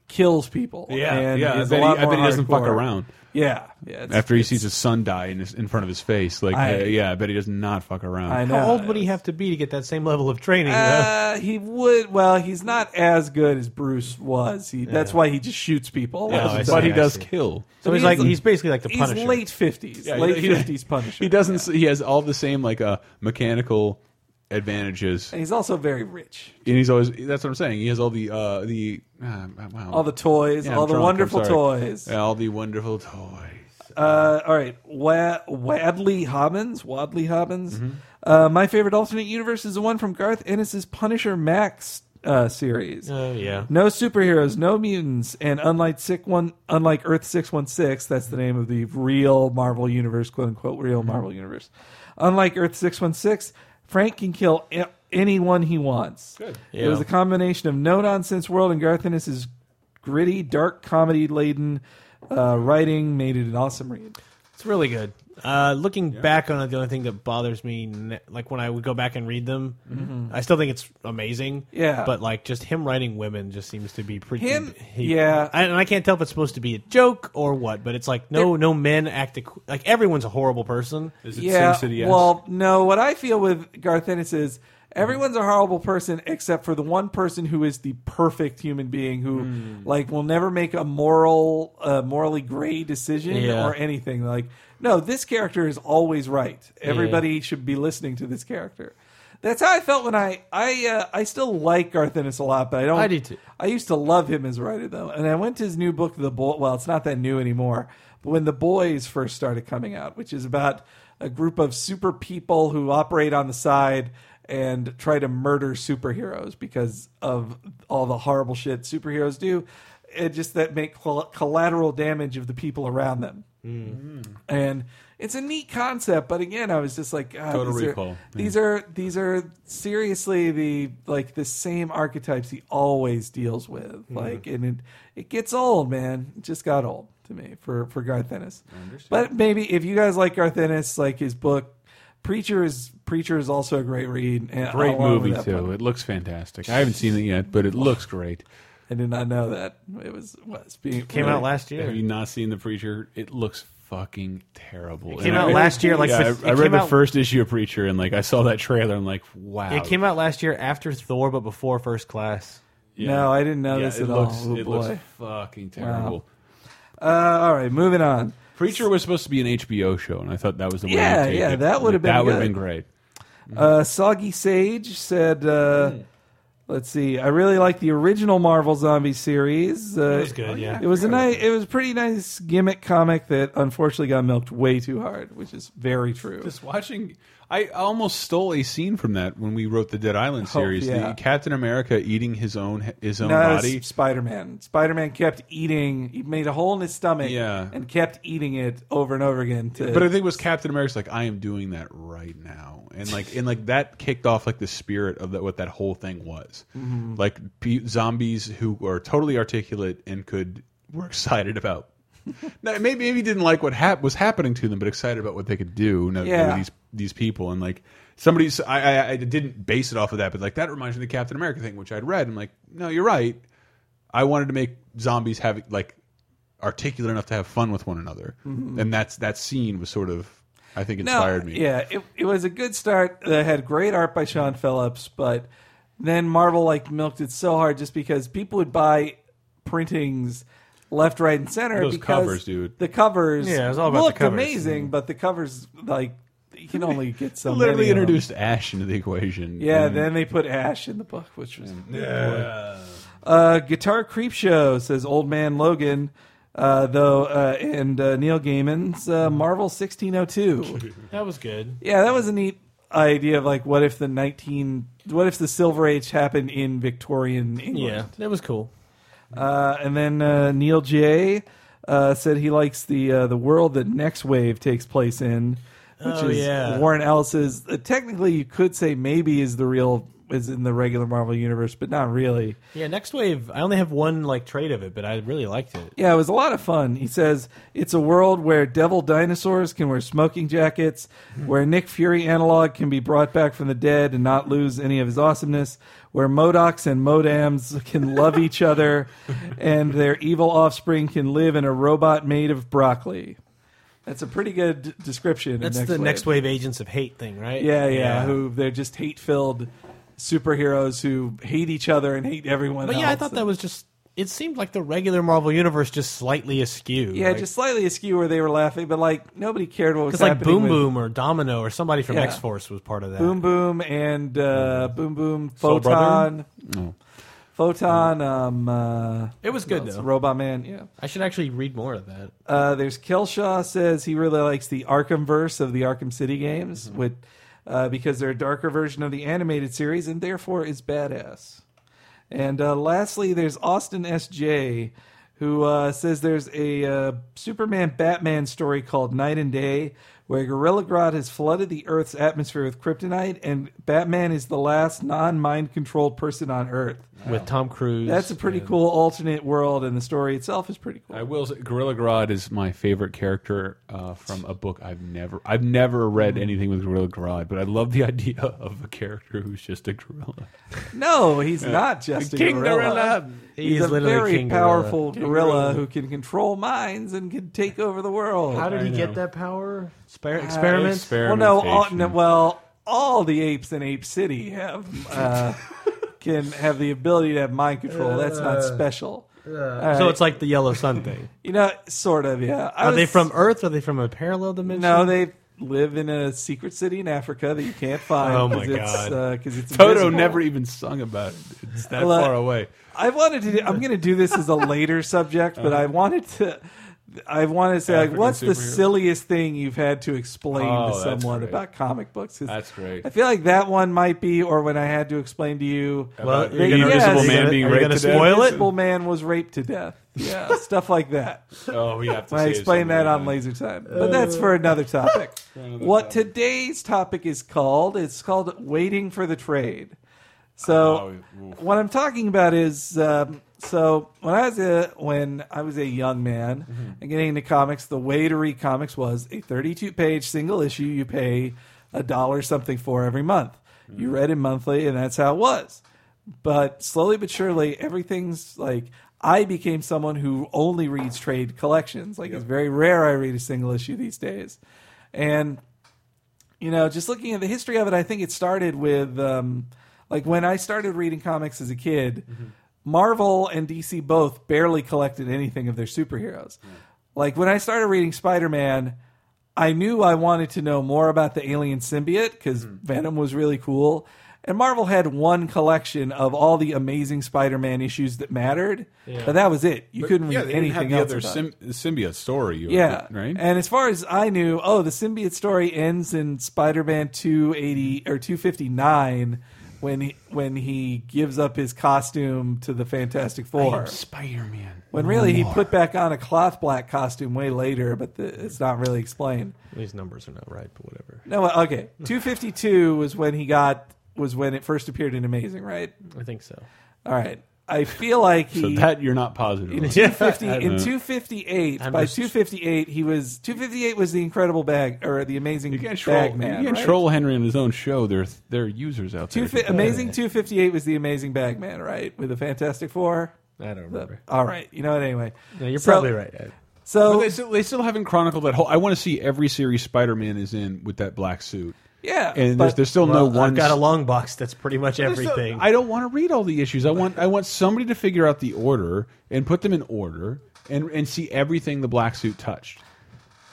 Speaker 2: kills people.
Speaker 1: Yeah,
Speaker 2: and
Speaker 1: yeah, I
Speaker 2: is
Speaker 1: bet
Speaker 2: a
Speaker 1: he-
Speaker 2: lot
Speaker 1: I bet
Speaker 2: more
Speaker 1: he doesn't fuck
Speaker 2: hardcore.
Speaker 1: around.
Speaker 2: Yeah, yeah. it's-
Speaker 1: After he sees his son die in, his, in front of his face, like
Speaker 2: I-
Speaker 1: uh, yeah, I bet he does not fuck around.
Speaker 2: I know.
Speaker 3: How old would he have to be to get that same level of training? though?
Speaker 2: Uh, he would. Well, he's not as good as Bruce was. He, That's why he just shoots people.
Speaker 3: Yeah,
Speaker 2: all the
Speaker 3: I see,
Speaker 1: but he
Speaker 2: time.
Speaker 1: does
Speaker 3: see.
Speaker 1: kill.
Speaker 3: so he's
Speaker 2: he's
Speaker 3: like
Speaker 2: like-
Speaker 3: he's basically like the
Speaker 2: He's
Speaker 3: Punisher.
Speaker 2: late fifties,
Speaker 1: Yeah,
Speaker 2: late
Speaker 1: he-
Speaker 2: fifties Punisher.
Speaker 1: He doesn't. He has all the same like uh, mechanical advantages,
Speaker 2: And he's also very rich.
Speaker 1: and he's always. That's what I'm saying. He has all the uh, the uh, wow.
Speaker 2: All the toys,
Speaker 1: Yeah, I'm
Speaker 2: all the
Speaker 1: drunk, I'm
Speaker 2: wonderful
Speaker 1: sorry.
Speaker 2: toys.
Speaker 1: Yeah, all the wonderful toys.
Speaker 2: Uh, all right, Wa- Wadley Hobbins. Wadley Hobbins. Uh, my favorite alternate universe is the one from Garth Ennis's Punisher Max uh, series.
Speaker 3: Oh yeah.
Speaker 2: No superheroes, no mutants, and unlike sick one, unlike Earth six one six, that's the name of the real Marvel universe, quote unquote, real
Speaker 3: Mm-hmm.
Speaker 2: Marvel universe. Unlike Earth six one six, Frank can kill a- anyone he wants. Good. It
Speaker 3: Yeah.
Speaker 2: was a combination of no nonsense world and Garth Ennis's gritty, dark comedy laden uh, writing made it an awesome read.
Speaker 3: It's really good. Uh, looking back on it, the only thing that bothers me, n- like when I would go back and read them, I still think it's amazing.
Speaker 2: Yeah.
Speaker 3: but like just him writing women just seems to be pretty.
Speaker 2: Him-
Speaker 3: he-
Speaker 2: yeah.
Speaker 3: I, and I can't tell if it's supposed to be a joke or what, but it's like no, no men act equ- like everyone's a horrible person.
Speaker 1: Is it
Speaker 2: Yeah.
Speaker 1: Sin City?
Speaker 2: Well, no. What I feel with Garth Ennis is everyone's a horrible person except for the one person who is the perfect human being who,
Speaker 1: Hmm.
Speaker 2: like, will never make a moral, uh, morally gray decision
Speaker 3: Yeah.
Speaker 2: or anything. Like, no, this character is always right. Everybody should be listening to this character. That's how I felt when I I uh, I still like Garth Ennis a lot, but I don't.
Speaker 3: I do too.
Speaker 2: I used to love him as a writer though, and I went to his new book, The Boy. Well, it's not that new anymore, but when The Boys first started coming out, which is about a group of super people who operate on the side and try to murder superheroes because of all the horrible shit superheroes do, it just that make coll- collateral damage of the people around them. And it's a neat concept, but again, I was just like, God,
Speaker 1: Total
Speaker 2: these are-
Speaker 1: Recall, yeah.
Speaker 2: these are these are seriously the like the same archetypes he always deals with.
Speaker 1: Mm-hmm.
Speaker 2: Like, and it it gets old, man. It just got old to me for for Garth Ennis. But maybe if you guys like Garth Ennis, like his book Preacher is Preacher is also a great read. And
Speaker 1: Great
Speaker 2: along with
Speaker 1: movie
Speaker 2: that
Speaker 1: too.
Speaker 2: book.
Speaker 1: It looks fantastic. I haven't seen it yet, but it looks great.
Speaker 2: I did not know that it was was being
Speaker 3: Came out last year.
Speaker 1: Have you not seen the preacher? It looks fucking terrible.
Speaker 3: came
Speaker 1: And I
Speaker 3: out
Speaker 1: read-
Speaker 3: last year, like,
Speaker 1: yeah,
Speaker 3: but
Speaker 1: I, I
Speaker 3: it
Speaker 1: read
Speaker 3: came
Speaker 1: the
Speaker 3: out-
Speaker 1: first issue of Preacher, and like I saw that trailer, and like wow,
Speaker 3: It came out last year after Thor, but before First Class.
Speaker 1: Yeah.
Speaker 2: No, I didn't know
Speaker 1: Yeah,
Speaker 2: this
Speaker 1: it
Speaker 2: at
Speaker 1: looks,
Speaker 2: all. Oh,
Speaker 1: it
Speaker 2: boy.
Speaker 1: looks fucking terrible.
Speaker 2: Uh, all right, moving on.
Speaker 1: Preacher was supposed to be an HBO show, and I thought that was the way.
Speaker 2: Yeah,
Speaker 1: to take
Speaker 2: yeah,
Speaker 1: it.
Speaker 2: that would've been
Speaker 1: that would have
Speaker 2: good.
Speaker 1: been great.
Speaker 2: Uh, Soggy Sage said, uh, "Let's see. I really like the original Marvel Zombie series. Uh, it
Speaker 3: was good, yeah.
Speaker 2: It was a nice. It was a pretty nice gimmick comic that unfortunately got milked way too hard, which is very true.
Speaker 1: Just watching, I almost stole a scene from that when we wrote the Dead Island series.
Speaker 2: Oh, yeah.
Speaker 1: The Captain America eating his own his own
Speaker 2: no,
Speaker 1: body.
Speaker 2: Spider Man. Spider Man kept eating. He made a hole in his stomach,
Speaker 1: Yeah.
Speaker 2: and kept eating it over and over again. To,
Speaker 1: But I think it was Captain America's like, I am doing that right now, and like, and like that kicked off like the spirit of that what that whole thing was, like pe- zombies who are totally articulate and could were excited about. now, maybe maybe didn't like what hap was happening to them, but excited about what they could do. You know,
Speaker 2: Yeah.
Speaker 1: these these people and like somebody's I, I I didn't base it off of that, but like that reminds me of the Captain America thing, which I'd read. I'm like, no, you're right. I wanted to make zombies have like articulate enough to have fun with one another, and that's that scene was sort of I think inspired me.
Speaker 2: Mm-hmm. Yeah, it, it was a good start. That had great art by Sean Phillips, but then Marvel like milked it so hard just because people would buy printings left, right, and center.
Speaker 1: Those
Speaker 2: because
Speaker 1: covers, dude.
Speaker 2: The covers,
Speaker 3: Yeah, it was all about the
Speaker 2: looked
Speaker 3: covers.
Speaker 2: amazing, but the covers like you can only get so
Speaker 1: literally
Speaker 2: many of them.
Speaker 1: introduced Mm-hmm. Ash into the equation.
Speaker 2: Yeah,
Speaker 1: and-
Speaker 2: then they put Ash in the book, which was Uh, Guitar Creep Show says Old Man Logan, uh, though, uh, and uh, Neil Gaiman's uh, Marvel sixteen oh two.
Speaker 3: That was good.
Speaker 2: Yeah, that was a neat idea of like, what if the nineteen, what if the Silver Age happened in Victorian
Speaker 3: Yeah,
Speaker 2: England?
Speaker 3: that was cool.
Speaker 2: Uh, and then uh, Neil J. Uh, said he likes the uh, the world that Next Wave takes place in, which
Speaker 3: Oh,
Speaker 2: is
Speaker 3: yeah.
Speaker 2: Warren Ellis's. Uh, technically, you could say maybe is the real is in the regular Marvel universe, but not really.
Speaker 3: Yeah, Next Wave. I only have one like trade of it, but I really liked it.
Speaker 2: Yeah, it was a lot of fun. He says it's a world where devil dinosaurs can wear smoking jackets,
Speaker 3: Hmm.
Speaker 2: where Nick Fury analog can be brought back from the dead and not lose any of his awesomeness, where Modocs and Modams can love each other, and their evil offspring can live in a robot made of broccoli. That's a pretty good d- description. in
Speaker 3: That's
Speaker 2: next
Speaker 3: the
Speaker 2: Wave.
Speaker 3: Next Wave Agents of Hate thing, right?
Speaker 2: Yeah, yeah, Who they're just hate filled superheroes who hate each other and hate everyone
Speaker 3: But
Speaker 2: else.
Speaker 3: yeah, I thought that was just. It seemed like the regular Marvel universe just slightly askew.
Speaker 2: Yeah,
Speaker 3: like,
Speaker 2: just slightly askew where they were laughing, but like nobody cared what was
Speaker 3: because like
Speaker 2: happening.
Speaker 3: Boom
Speaker 2: with
Speaker 3: Boom or Domino or somebody from
Speaker 2: Yeah.
Speaker 3: X Force was part of that.
Speaker 2: Boom Boom and uh, Boom Boom
Speaker 3: Soul
Speaker 2: Photon.
Speaker 3: Brother?
Speaker 2: Photon. Um, uh,
Speaker 3: It was
Speaker 2: who
Speaker 3: good,
Speaker 2: else?
Speaker 3: though.
Speaker 2: Robot Man. Yeah.
Speaker 3: I should actually read more of that.
Speaker 2: Uh, there's Kelshaw says he really likes the Arkhamverse of the Arkham City games, with uh, because they're a darker version of the animated series and therefore is badass. And uh, lastly, there's Austin S.J., who uh, says there's a uh, Superman Batman story called Night and Day, where Gorilla Grodd has flooded the Earth's atmosphere with kryptonite, and Batman is the last non mind controlled person on Earth.
Speaker 3: with Tom Cruise.
Speaker 2: Oh. That's a pretty cool alternate world, and the story itself is pretty cool.
Speaker 1: I will say, Gorilla Grodd is my favorite character uh, from a book I've never I've never
Speaker 2: Mm-hmm.
Speaker 1: read anything with Gorilla Grodd, but I love the idea of a character who's just a gorilla.
Speaker 2: No, he's not just a
Speaker 1: King
Speaker 2: gorilla.
Speaker 1: gorilla.
Speaker 3: He
Speaker 2: He's
Speaker 3: is
Speaker 2: a
Speaker 3: literally
Speaker 2: very
Speaker 3: King Gorilla.
Speaker 2: powerful gorilla. who can control minds and can take over the world.
Speaker 3: How did he
Speaker 1: know.
Speaker 3: get that power? Spare experiments.
Speaker 2: Uh, well, no, all, no, well, all the apes in Ape City have uh, can have the ability to have mind control. That's not special. All
Speaker 3: So
Speaker 2: right.
Speaker 3: it's like the yellow sun thing.
Speaker 2: you know, sort of. Yeah. I
Speaker 3: Are they
Speaker 2: was-
Speaker 3: from Earth? Are they from a parallel dimension?
Speaker 2: No, they live in a secret city in Africa that you can't find.
Speaker 3: Oh, my
Speaker 2: 'cause it's,
Speaker 3: God.
Speaker 2: Because it's
Speaker 1: Toto
Speaker 2: invisible.
Speaker 1: never even sung about it. It's that
Speaker 2: Well, uh,
Speaker 1: far away.
Speaker 2: I wanted to. Do, I'm going to do this as a later subject, but I wanted to. I want to say, like,
Speaker 1: African
Speaker 2: what's the
Speaker 1: superhero.
Speaker 2: silliest thing you've had to explain
Speaker 1: Oh,
Speaker 2: to
Speaker 1: that's
Speaker 2: someone
Speaker 1: great.
Speaker 2: about comic books? 'Cause
Speaker 1: That's great.
Speaker 2: I feel like that one might be, or when I had to explain to you,
Speaker 3: Well,
Speaker 1: About
Speaker 3: you're
Speaker 1: the
Speaker 3: gonna-
Speaker 1: Invisible
Speaker 2: yes.
Speaker 1: Man
Speaker 3: Are
Speaker 1: being
Speaker 3: you
Speaker 1: raped
Speaker 3: gonna
Speaker 1: to death?
Speaker 3: spoil it?
Speaker 2: Invisible Man was raped to death. Yeah, stuff like that.
Speaker 1: Oh, we have to.
Speaker 2: I
Speaker 1: save
Speaker 2: explained that on
Speaker 1: something.
Speaker 2: Laser Time, but that's for another topic. what today's topic is called? It's called "Waiting for the Trade." So,
Speaker 1: Oh, oof.
Speaker 2: what I'm talking about is um, so when I was a when I was a young man and getting into comics, the way to read comics was a 32 page single issue. You pay a dollar something for every month. You read it monthly, and that's how it was but slowly but surely everything's like i became someone who only reads trade collections like it's very rare i read a single issue these days and you know just looking at the history of it i think it started with um, like when i started reading comics as a kid
Speaker 1: Mm-hmm.
Speaker 2: marvel and dc both barely collected anything of their superheroes like when i started reading spider-man I knew I wanted to know more about the alien symbiote because
Speaker 1: Mm-hmm.
Speaker 2: Venom was really cool. And Marvel had one collection of all the amazing Spider Man issues that mattered, but that was it. You couldn't read
Speaker 1: yeah, they didn't
Speaker 2: anything else.
Speaker 1: have the other
Speaker 2: about it.
Speaker 1: sym- symbiote story. You
Speaker 2: Yeah.
Speaker 1: right.
Speaker 2: And as far as I knew, oh, the symbiote story ends in Spider-Man 280 or 259 when he, when he gives up his costume to the Fantastic Four.
Speaker 1: Spider-Man.
Speaker 2: When really he put back on a cloth black costume way later, but the, it's not really explained.
Speaker 3: These numbers are not right, but whatever.
Speaker 2: No, okay. 252 was when he got was when it first appeared in Amazing, right?
Speaker 3: I think so.
Speaker 2: All right. I feel like he
Speaker 1: So that you're not positive.
Speaker 2: in
Speaker 1: on.
Speaker 2: 250 in 258
Speaker 3: I'm
Speaker 2: by
Speaker 3: just-
Speaker 2: 258 he was 258 was the incredible bag or the amazing
Speaker 1: You can't troll.
Speaker 2: bag man
Speaker 1: you can't
Speaker 2: right?
Speaker 1: troll Henry on his own show. There, are- there are users out there.
Speaker 2: Two fi- amazing 258 was the amazing bag man right with the fantastic four
Speaker 3: I don't remember.
Speaker 2: all right you know what anyway
Speaker 3: No, you're
Speaker 2: So-
Speaker 3: probably right. Ed.
Speaker 1: But
Speaker 2: so
Speaker 1: they still, they still haven't chronicled that whole. I want to see every series Spider-Man is in with that black suit.
Speaker 2: yeah
Speaker 1: And there's,
Speaker 2: but-
Speaker 1: there's still no
Speaker 3: Well,
Speaker 1: one.
Speaker 3: I've got a long box that's pretty much
Speaker 1: There's no-
Speaker 3: everything.
Speaker 1: I don't want to read all the issues. I want I want somebody to figure out the order and put them in order and and see everything the black suit touched.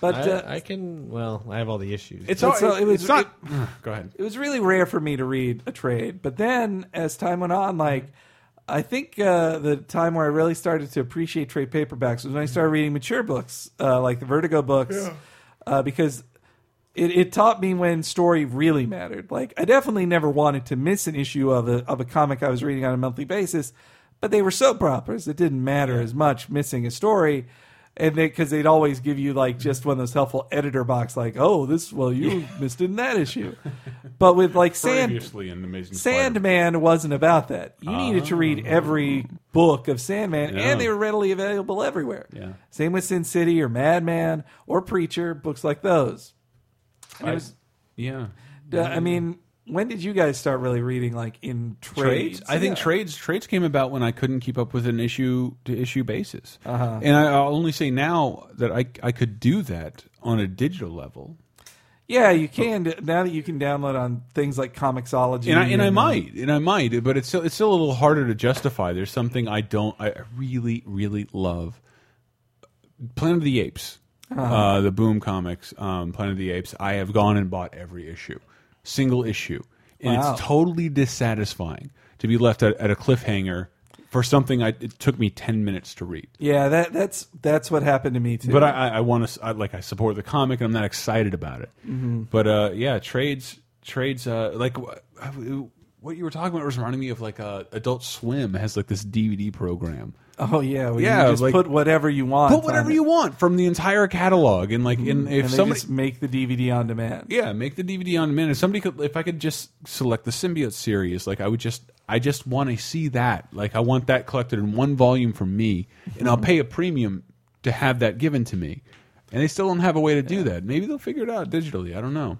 Speaker 2: but uh,
Speaker 3: I, I can. Well, I have all the issues.
Speaker 1: It's
Speaker 2: But
Speaker 1: all,
Speaker 2: so it was-
Speaker 1: it's not. go ahead.
Speaker 2: it was really rare for me to read a trade. But then as time went on, like I think uh, the time where I really started to appreciate trade paperbacks was when I started reading mature books, uh, like the Vertigo books, uh, because it, it taught me when story really mattered. Like I definitely never wanted to miss an issue of a of a comic I was reading on a monthly basis, but they were soap operas. It didn't matter as much missing a story. and they because they'd always give you like just one of those helpful editor box like oh this well you missed in that issue but with like sand
Speaker 1: Previously in Amazing Spider-Man.
Speaker 2: sandman wasn't about that you needed to read every book of sandman
Speaker 1: Ah. Yeah.
Speaker 2: and they were readily available everywhere
Speaker 1: Yeah.
Speaker 2: same with sin city or madman or preacher books like those And it was-
Speaker 1: Yeah.
Speaker 2: uh, I mean, when did you guys start really reading like in trades?
Speaker 1: Trades. I think
Speaker 2: Yeah.
Speaker 1: trades trades came about when I couldn't keep up with an issue to issue basis, and I, I'll only say now that I I could do that on a digital level,
Speaker 2: Yeah, you can d- now that you can download on things like Comixology,
Speaker 1: and I and I
Speaker 2: uh,
Speaker 1: might and I might, but it's still it's still a little harder to justify. There's something I don't I really really love. Planet of the Apes, uh the Boom Comics, um, Planet of the Apes. I have gone and bought every issue, single issue, and
Speaker 2: Wow.
Speaker 1: it's totally dissatisfying to be left at, at a cliffhanger for something I it took me ten minutes to read.
Speaker 2: Yeah, that that's that's what happened to me too.
Speaker 1: But I, I, I want to I, like I support the comic and I'm not excited about it.
Speaker 2: Mm-hmm.
Speaker 1: But uh, yeah, trades trades uh, like wh- what you were talking about was reminding me of like uh, Adult Swim has like this DVD program.
Speaker 2: oh yeah, well,
Speaker 1: Yeah,
Speaker 2: you just
Speaker 1: like-
Speaker 2: put whatever you want,
Speaker 1: Put whatever
Speaker 2: on it,
Speaker 1: you want from the entire catalog and like in if
Speaker 2: Mm-hmm. and they
Speaker 1: somebody
Speaker 2: just make the DVD on demand.
Speaker 1: yeah make the DVD on demand. If somebody could if I could just select the symbiote series, like I would just I just want to see that. Like I want that collected in one volume for me, and I'll pay a premium to have that given to me. And they still don't have a way to do that. Maybe they'll figure it out digitally. I don't know.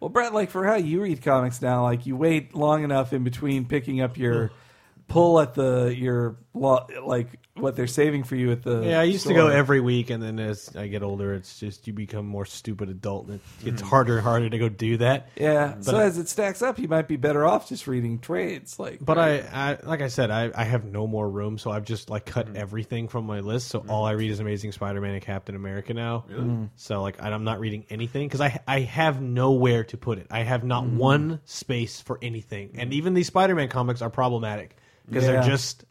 Speaker 2: Well, Brett, like for how you read comics now, like you wait long enough in between picking up your pull at the your lo- like what they're saving for you at the
Speaker 3: Yeah, I used to go
Speaker 2: store.
Speaker 3: every week, and then as I get older, it's just you become more stupid adult, and it gets harder and harder to go do that.
Speaker 2: Yeah. so as it stacks up, you might be better off just reading trades. Like,
Speaker 3: But I, I, like I said, I, I have no more room, so I've just like cut everything from my list. So all I read is Amazing Spider-Man and Captain America now.
Speaker 2: Mm-hmm.
Speaker 3: So like, and I'm not reading anything because I, I have nowhere to put it. I have not
Speaker 2: Mm-hmm.
Speaker 3: one space for anything, and even these Spider-Man comics are problematic because
Speaker 2: Yeah.
Speaker 3: they're just,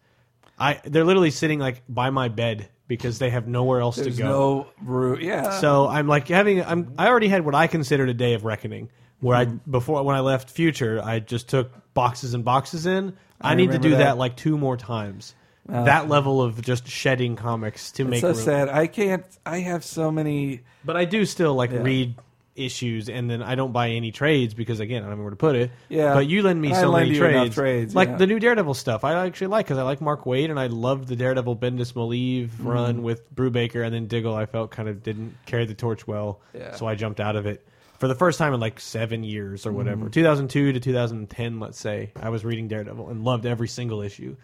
Speaker 3: I, they're literally sitting like by my bed because they have nowhere else
Speaker 2: there's
Speaker 3: to go.
Speaker 2: no root. Yeah.
Speaker 3: So I'm like having I'm I already had what I considered a day of reckoning where I before when I left Future I just took boxes and boxes in. I, need to
Speaker 2: remember
Speaker 3: do that.
Speaker 2: that.
Speaker 3: like two more times. that level of just shedding comics to make
Speaker 2: so
Speaker 3: room.
Speaker 2: sad. I can't. I have so many.
Speaker 3: But I do still like read issues and then I don't buy any trades because again I don't know where to put it.
Speaker 2: Yeah.
Speaker 3: But you lend me
Speaker 2: And I
Speaker 3: so
Speaker 2: lend
Speaker 3: many
Speaker 2: you enough
Speaker 3: trades.
Speaker 2: trades,
Speaker 3: like
Speaker 2: yeah.
Speaker 3: the new Daredevil stuff. I actually like because I like Mark Wade and I love the Daredevil Bendis Malieve
Speaker 2: Mm-hmm.
Speaker 3: run with Brubaker and then Diggle. I felt kind of didn't carry the torch well,
Speaker 2: Yeah.
Speaker 3: so I jumped out of it. For the first time in like seven years or
Speaker 2: Mm-hmm.
Speaker 3: whatever, 2002 to 2010, let's say, I was reading Daredevil and loved every single issue.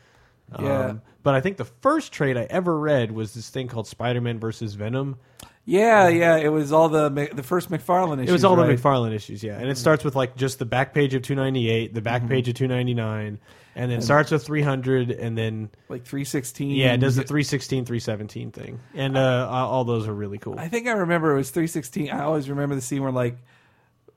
Speaker 3: Um,
Speaker 2: Yeah.
Speaker 3: but I think the first trade I ever read was this thing called Spider-Man versus Venom,
Speaker 2: Yeah, yeah. It was all the Ma- the first McFarlane issues.
Speaker 3: it was all
Speaker 2: right?
Speaker 3: the McFarlane issues, yeah. And it starts with like just the back page of 298, the
Speaker 2: Mm-hmm.
Speaker 3: back page of 299, and then starts with 300, and then
Speaker 2: like three sixteen.
Speaker 3: yeah, it does the 316, 317 thing, and uh, all those are really cool.
Speaker 2: I think I remember it was three sixteen. I always remember the scene where like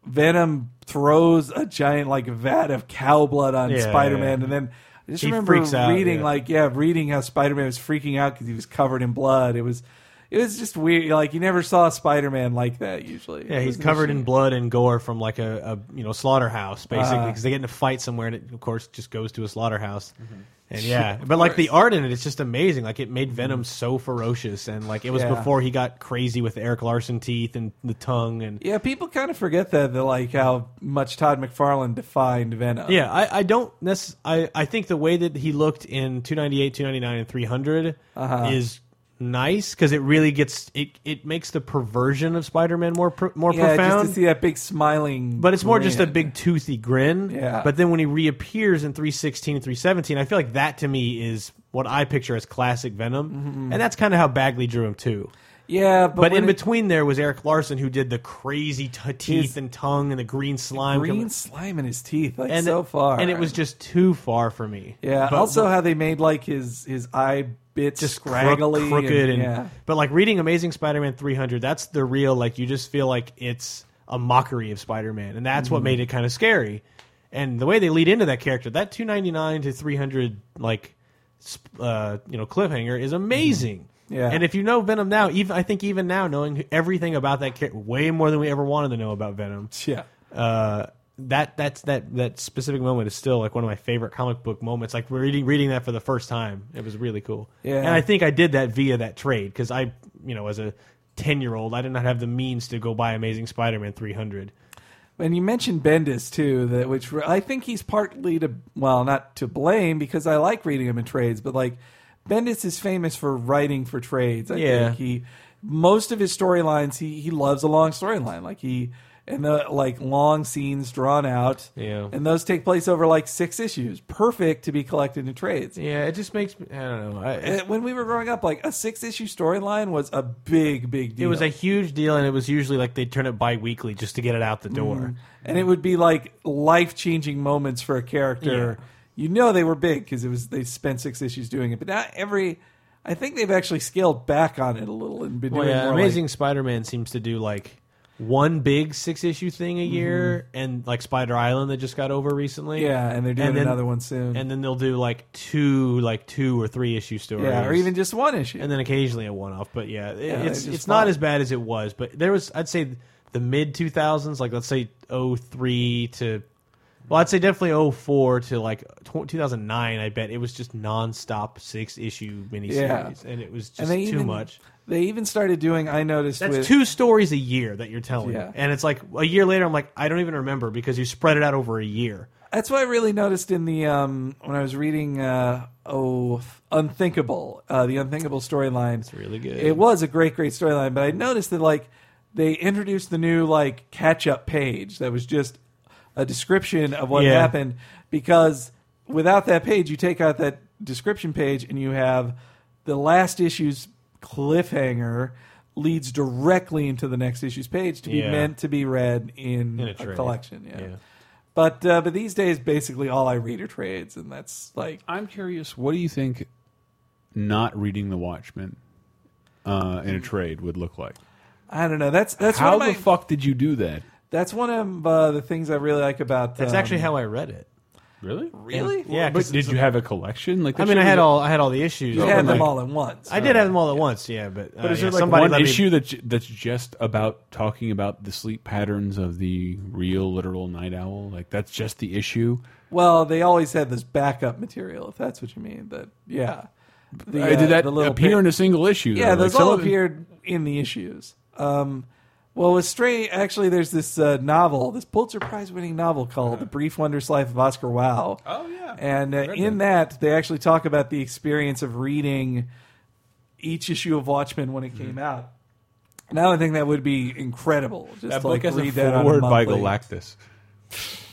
Speaker 2: Venom throws a giant like vat of cow blood on
Speaker 3: Yeah,
Speaker 2: Spider Man,
Speaker 3: yeah.
Speaker 2: and then. I just
Speaker 3: He
Speaker 2: remember
Speaker 3: freaks out,
Speaker 2: reading
Speaker 3: yeah.
Speaker 2: like yeah, reading how Spider Man was freaking out because he was covered in blood. It was, it was just weird. Like you never saw Spider Man like that usually.
Speaker 3: Yeah,
Speaker 2: It
Speaker 3: he's
Speaker 2: was
Speaker 3: covered in blood and gore from like a, a you know slaughterhouse
Speaker 2: Ah.
Speaker 3: basically because they get in a fight somewhere and it of course just goes to a slaughterhouse.
Speaker 2: Mm-hmm.
Speaker 3: And yeah, but like the art in it, it's just amazing. Like it made Venom so ferocious, and like it was
Speaker 2: Mm-hmm. Yeah.
Speaker 3: before he got crazy with the Eric Larson teeth and the tongue and
Speaker 2: Yeah, people kind of forget that, that like how much Todd McFarlane defined Venom.
Speaker 3: Yeah, I, I don't necess- I, I think the way that he looked in 298, 299, and 300
Speaker 2: Uh-huh.
Speaker 3: is nice because it really gets it, it makes the perversion of Spider Man more pr- more
Speaker 2: yeah,
Speaker 3: profound.
Speaker 2: just to see that big smiling.
Speaker 3: but it's more just a
Speaker 2: grin.
Speaker 3: big toothy grin.
Speaker 2: Yeah.
Speaker 3: But then when he reappears in 316 and 317, I feel like that to me is what I picture as classic Venom. And that's kind of how Bagley drew him too.
Speaker 2: Yeah, Mm-hmm. but,
Speaker 3: But, in
Speaker 2: when it-
Speaker 3: between there was Eric Larson who did the crazy t- teeth
Speaker 2: His-
Speaker 3: and tongue and the green slime.
Speaker 2: green
Speaker 3: coming-
Speaker 2: slime in his teeth, like
Speaker 3: and
Speaker 2: so far,
Speaker 3: And it was just too far for me.
Speaker 2: yeah.
Speaker 3: But-
Speaker 2: also, how they made like his his eye bits
Speaker 3: just
Speaker 2: scraggly,
Speaker 3: crook- crooked and,
Speaker 2: yeah.
Speaker 3: but like reading amazing spider-man 300 that's the real like you just feel like it's a mockery of spider-man and that's what
Speaker 2: Mm-hmm.
Speaker 3: made it kind of scary and the way they lead into that character that 299 to 300 like sp- uh, you know cliffhanger is amazing
Speaker 2: Mm-hmm. Yeah.
Speaker 3: and if you know venom now even i think even now knowing everything about that character way more than we ever wanted to know about venom
Speaker 2: yeah.
Speaker 3: uh, that that's that that specific moment is still like one of my favorite comic book moments. Like reading reading that for the first time, it was really cool.
Speaker 2: Yeah.
Speaker 3: and I think I did that via that trade because I you know, as a ten year old, I did not have the means to go buy Amazing Spider Man three hundred.
Speaker 2: And you mentioned Bendis too, that which I think he's partly to well, not to blame because I like reading him in trades, but like Bendis is famous for writing for trades. I
Speaker 3: Yeah.
Speaker 2: think he most of his storylines he he loves a long storyline, like he and the like long scenes drawn out.
Speaker 3: Yeah.
Speaker 2: and those take place over like six issues, perfect to be collected in trades.
Speaker 3: Yeah, it just makes me. I don't know.
Speaker 2: Uh, When we were growing up, like a six issue storyline was a big, big deal.
Speaker 3: it was a huge deal, and it was usually like they turn it bi-weekly just to get it out the door.
Speaker 2: and it would be like life changing moments for a character. You know they were big because it was they spent six issues doing it, but not every. I think they've actually scaled back on it a little and been
Speaker 3: Well,
Speaker 2: doing
Speaker 3: yeah,
Speaker 2: more
Speaker 3: Amazing
Speaker 2: Like,
Speaker 3: Spider-Man seems to do like one big six-issue thing a year, and like Spider Island that just got over recently.
Speaker 2: yeah, and they're doing
Speaker 3: then-
Speaker 2: another one soon.
Speaker 3: and then they'll do like two, like two or three issue stories,
Speaker 2: yeah, or even just one issue.
Speaker 3: and then occasionally a one-off. But yeah, it- it's
Speaker 2: it's just
Speaker 3: it's not
Speaker 2: fine.
Speaker 3: as bad as it was. But there was, I'd say, the mid 2000s, like let's say 03 to. Well, I'd say definitely 04 to like tw 2009. I bet it was just nonstop six issue miniseries, and it was just
Speaker 2: And
Speaker 3: too
Speaker 2: they even-
Speaker 3: much.
Speaker 2: they even started doing. I noticed
Speaker 3: That's
Speaker 2: with,
Speaker 3: two stories a year that you're telling.
Speaker 2: Yeah.
Speaker 3: And it's like a year later, I'm like, I don't even remember because you spread it out over a year.
Speaker 2: That's what I really noticed in the um, when I was reading uh, oh Unthinkable, uh, the Unthinkable storyline. It's
Speaker 3: really good.
Speaker 2: It was a great, great storyline, but I noticed that like they introduced the new like catch up page that was just a description of what
Speaker 3: Yeah.
Speaker 2: happened because without that page, you take out that description page and you have the last issue's cliffhanger leads directly into the next issue's page to be
Speaker 3: Yeah.
Speaker 2: meant to be read in,
Speaker 3: In a
Speaker 2: a,
Speaker 3: trade.
Speaker 2: collection. Yeah.
Speaker 3: Yeah.
Speaker 2: But uh, but these days, basically, all I read are trades, and that's like
Speaker 1: I'm curious, what do you think not reading The Watchmen uh, in a trade would look like?
Speaker 2: I don't know. That's that's
Speaker 1: How
Speaker 2: one
Speaker 1: the
Speaker 2: of my,
Speaker 1: fuck did you do that?
Speaker 2: that's one of uh, the things I really like about.
Speaker 3: That's
Speaker 2: um,
Speaker 3: actually how I read it.
Speaker 1: Really?
Speaker 2: really
Speaker 3: Yeah,
Speaker 1: But
Speaker 3: 'cause
Speaker 1: did you have a collection? Like,
Speaker 3: I
Speaker 1: that
Speaker 3: mean,
Speaker 1: shit
Speaker 3: I
Speaker 1: was
Speaker 3: had
Speaker 1: a-
Speaker 3: all I had all the issues.
Speaker 2: you
Speaker 1: Yeah,
Speaker 3: but,
Speaker 2: had them
Speaker 1: like-
Speaker 2: all at once.
Speaker 3: I did have them all at once. Yeah, but uh,
Speaker 1: But is
Speaker 3: yeah,
Speaker 1: there like
Speaker 3: somebody
Speaker 1: one
Speaker 3: let me-
Speaker 1: issue that j- that's just about talking about the sleep patterns of the real literal night owl? Like that's just the issue.
Speaker 2: Well, they always had this backup material, if that's what you mean. That yeah, the,
Speaker 1: Uh, did
Speaker 2: uh,
Speaker 1: that
Speaker 2: the little
Speaker 1: appear
Speaker 2: pic-
Speaker 1: in a single issue?
Speaker 2: Yeah,
Speaker 1: though? Like,
Speaker 2: those all
Speaker 1: some of it-
Speaker 2: appeared in the issues. Um, well, with Stray, actually, there's this uh, novel, this Pulitzer Prize winning novel called The Brief Wondrous Life of Oscar Wilde.
Speaker 1: Oh, yeah.
Speaker 2: And uh,
Speaker 1: Read
Speaker 2: in that, they actually talk about the experience of reading each issue of Watchmen when
Speaker 1: Mm-hmm.
Speaker 2: it came out. And I would think that would be incredible. Just
Speaker 1: That
Speaker 2: to,
Speaker 1: book
Speaker 2: like,
Speaker 1: has a
Speaker 2: read that on
Speaker 1: foreword by
Speaker 2: monthly-
Speaker 1: Galactus.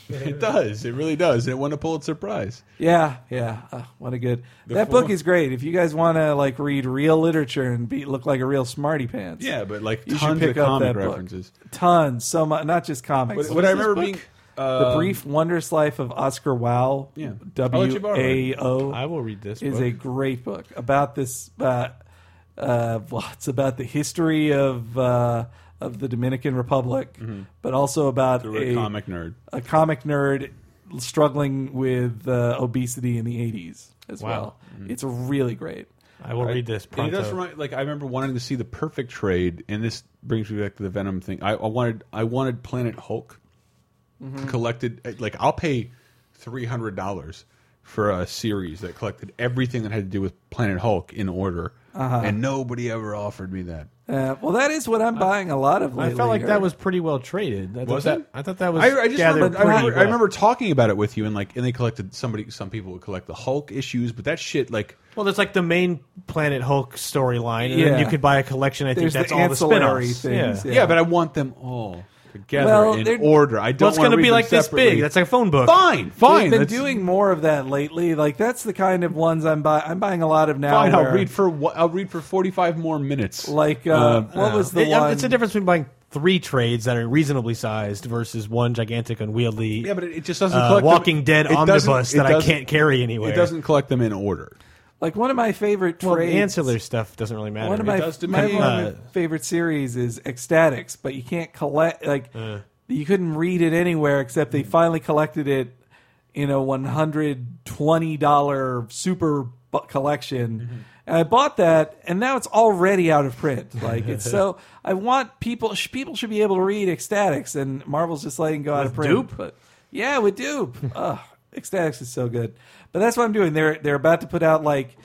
Speaker 1: it does. It really does. And it won a Pulitzer Prize.
Speaker 2: Yeah, yeah. Uh, what a good. that
Speaker 1: full-
Speaker 2: book is great. If you guys want to like read real literature and be look like a real smarty pants.
Speaker 1: Yeah, but like
Speaker 2: You should
Speaker 1: tons
Speaker 2: pick
Speaker 1: of
Speaker 2: up
Speaker 1: comic
Speaker 2: that book.
Speaker 1: references.
Speaker 2: tons, so much, not just comics.
Speaker 1: But what I remember being
Speaker 2: the
Speaker 1: uh,
Speaker 2: brief wondrous life of Oscar Wilde.
Speaker 1: Yeah. I'll let you
Speaker 2: W
Speaker 1: borrow
Speaker 2: A
Speaker 1: it.
Speaker 3: I
Speaker 2: O
Speaker 3: will read this.
Speaker 2: is
Speaker 3: book.
Speaker 2: a great book about this. Uh, uh, well, it's about the history of uh, of the Dominican Republic, but also about
Speaker 1: through a comic nerd.
Speaker 2: a comic nerd struggling with uh, obesity in the '80s as
Speaker 3: Wow.
Speaker 2: well. It's really great.
Speaker 3: I will read this.
Speaker 1: And
Speaker 3: Pronto.
Speaker 1: it does remind, like I remember wanting to see the perfect trade, and this brings me back to the Venom thing. I, I wanted, I wanted Planet Hulk
Speaker 3: Mm-hmm.
Speaker 1: collected. eh, Like I'll pay three hundred dollars for a series that collected everything that had to do with Planet Hulk in order,
Speaker 3: Uh-huh.
Speaker 1: and nobody ever offered me that.
Speaker 2: Uh, well, that is what I'm buying a lot of
Speaker 3: I
Speaker 2: lately.
Speaker 3: felt like that
Speaker 2: or-
Speaker 3: was pretty well traded. I thought
Speaker 1: Was it?
Speaker 3: I thought that was.
Speaker 1: I, I just
Speaker 3: gathered
Speaker 1: remember, I
Speaker 3: pretty
Speaker 1: remember, I
Speaker 3: well.
Speaker 1: remember talking about it with you, and like, and they collected somebody. Some people would collect the Hulk issues, but that shit, like,
Speaker 3: Well, there's like the main Planet Hulk storyline, and
Speaker 2: Yeah.
Speaker 3: then you could buy a collection. I think
Speaker 2: There's
Speaker 3: that's
Speaker 2: the
Speaker 3: all the
Speaker 2: ancillary
Speaker 3: spin-offs.
Speaker 2: things,
Speaker 3: Yeah.
Speaker 1: yeah. but I want them all together
Speaker 2: Well,
Speaker 1: in
Speaker 2: they're-
Speaker 1: order. I don't.
Speaker 3: Well, it's
Speaker 1: want
Speaker 3: going
Speaker 1: to
Speaker 3: to be like this big. That's like a phone book.
Speaker 1: fine, fine.
Speaker 2: They've been
Speaker 1: that's-
Speaker 2: doing more of that lately. Like that's the kind of ones I'm buying. I'm buying a lot of now.
Speaker 1: Fine, I'll
Speaker 2: where-
Speaker 1: read for wha- I'll read for forty five more minutes.
Speaker 2: Like, uh, what was the
Speaker 3: It-
Speaker 2: one?
Speaker 3: It's a difference between buying three trades that are reasonably sized versus one gigantic unwieldy.
Speaker 1: yeah, but it, it just doesn't
Speaker 3: uh,
Speaker 1: collect them-
Speaker 3: Walking Dead
Speaker 1: it doesn't-
Speaker 3: omnibus
Speaker 1: it
Speaker 3: that I
Speaker 1: doesn't-
Speaker 3: can't carry anywhere.
Speaker 1: It doesn't collect them in order.
Speaker 2: Like one of my favorite
Speaker 3: Well, the
Speaker 2: trades.
Speaker 3: ancillary stuff doesn't really matter.
Speaker 2: One of
Speaker 3: It
Speaker 2: my,
Speaker 3: does to
Speaker 2: my-
Speaker 3: me.
Speaker 2: one of
Speaker 3: Uh,
Speaker 2: my favorite series is Ecstatics, but you can't collect like
Speaker 3: Uh.
Speaker 2: you couldn't read it anywhere except they finally collected it in a one hundred twenty dollar super bu- collection.
Speaker 3: Mm-hmm.
Speaker 2: And I bought that, and now it's already out of print. Like it's so I want people sh- people should be able to read Ecstatics, and Marvel's just letting go out of print.
Speaker 3: dupe?
Speaker 2: But yeah, with Dupe, Ugh, Ecstatics is so good. But that's what I'm doing. They're they're about to put out like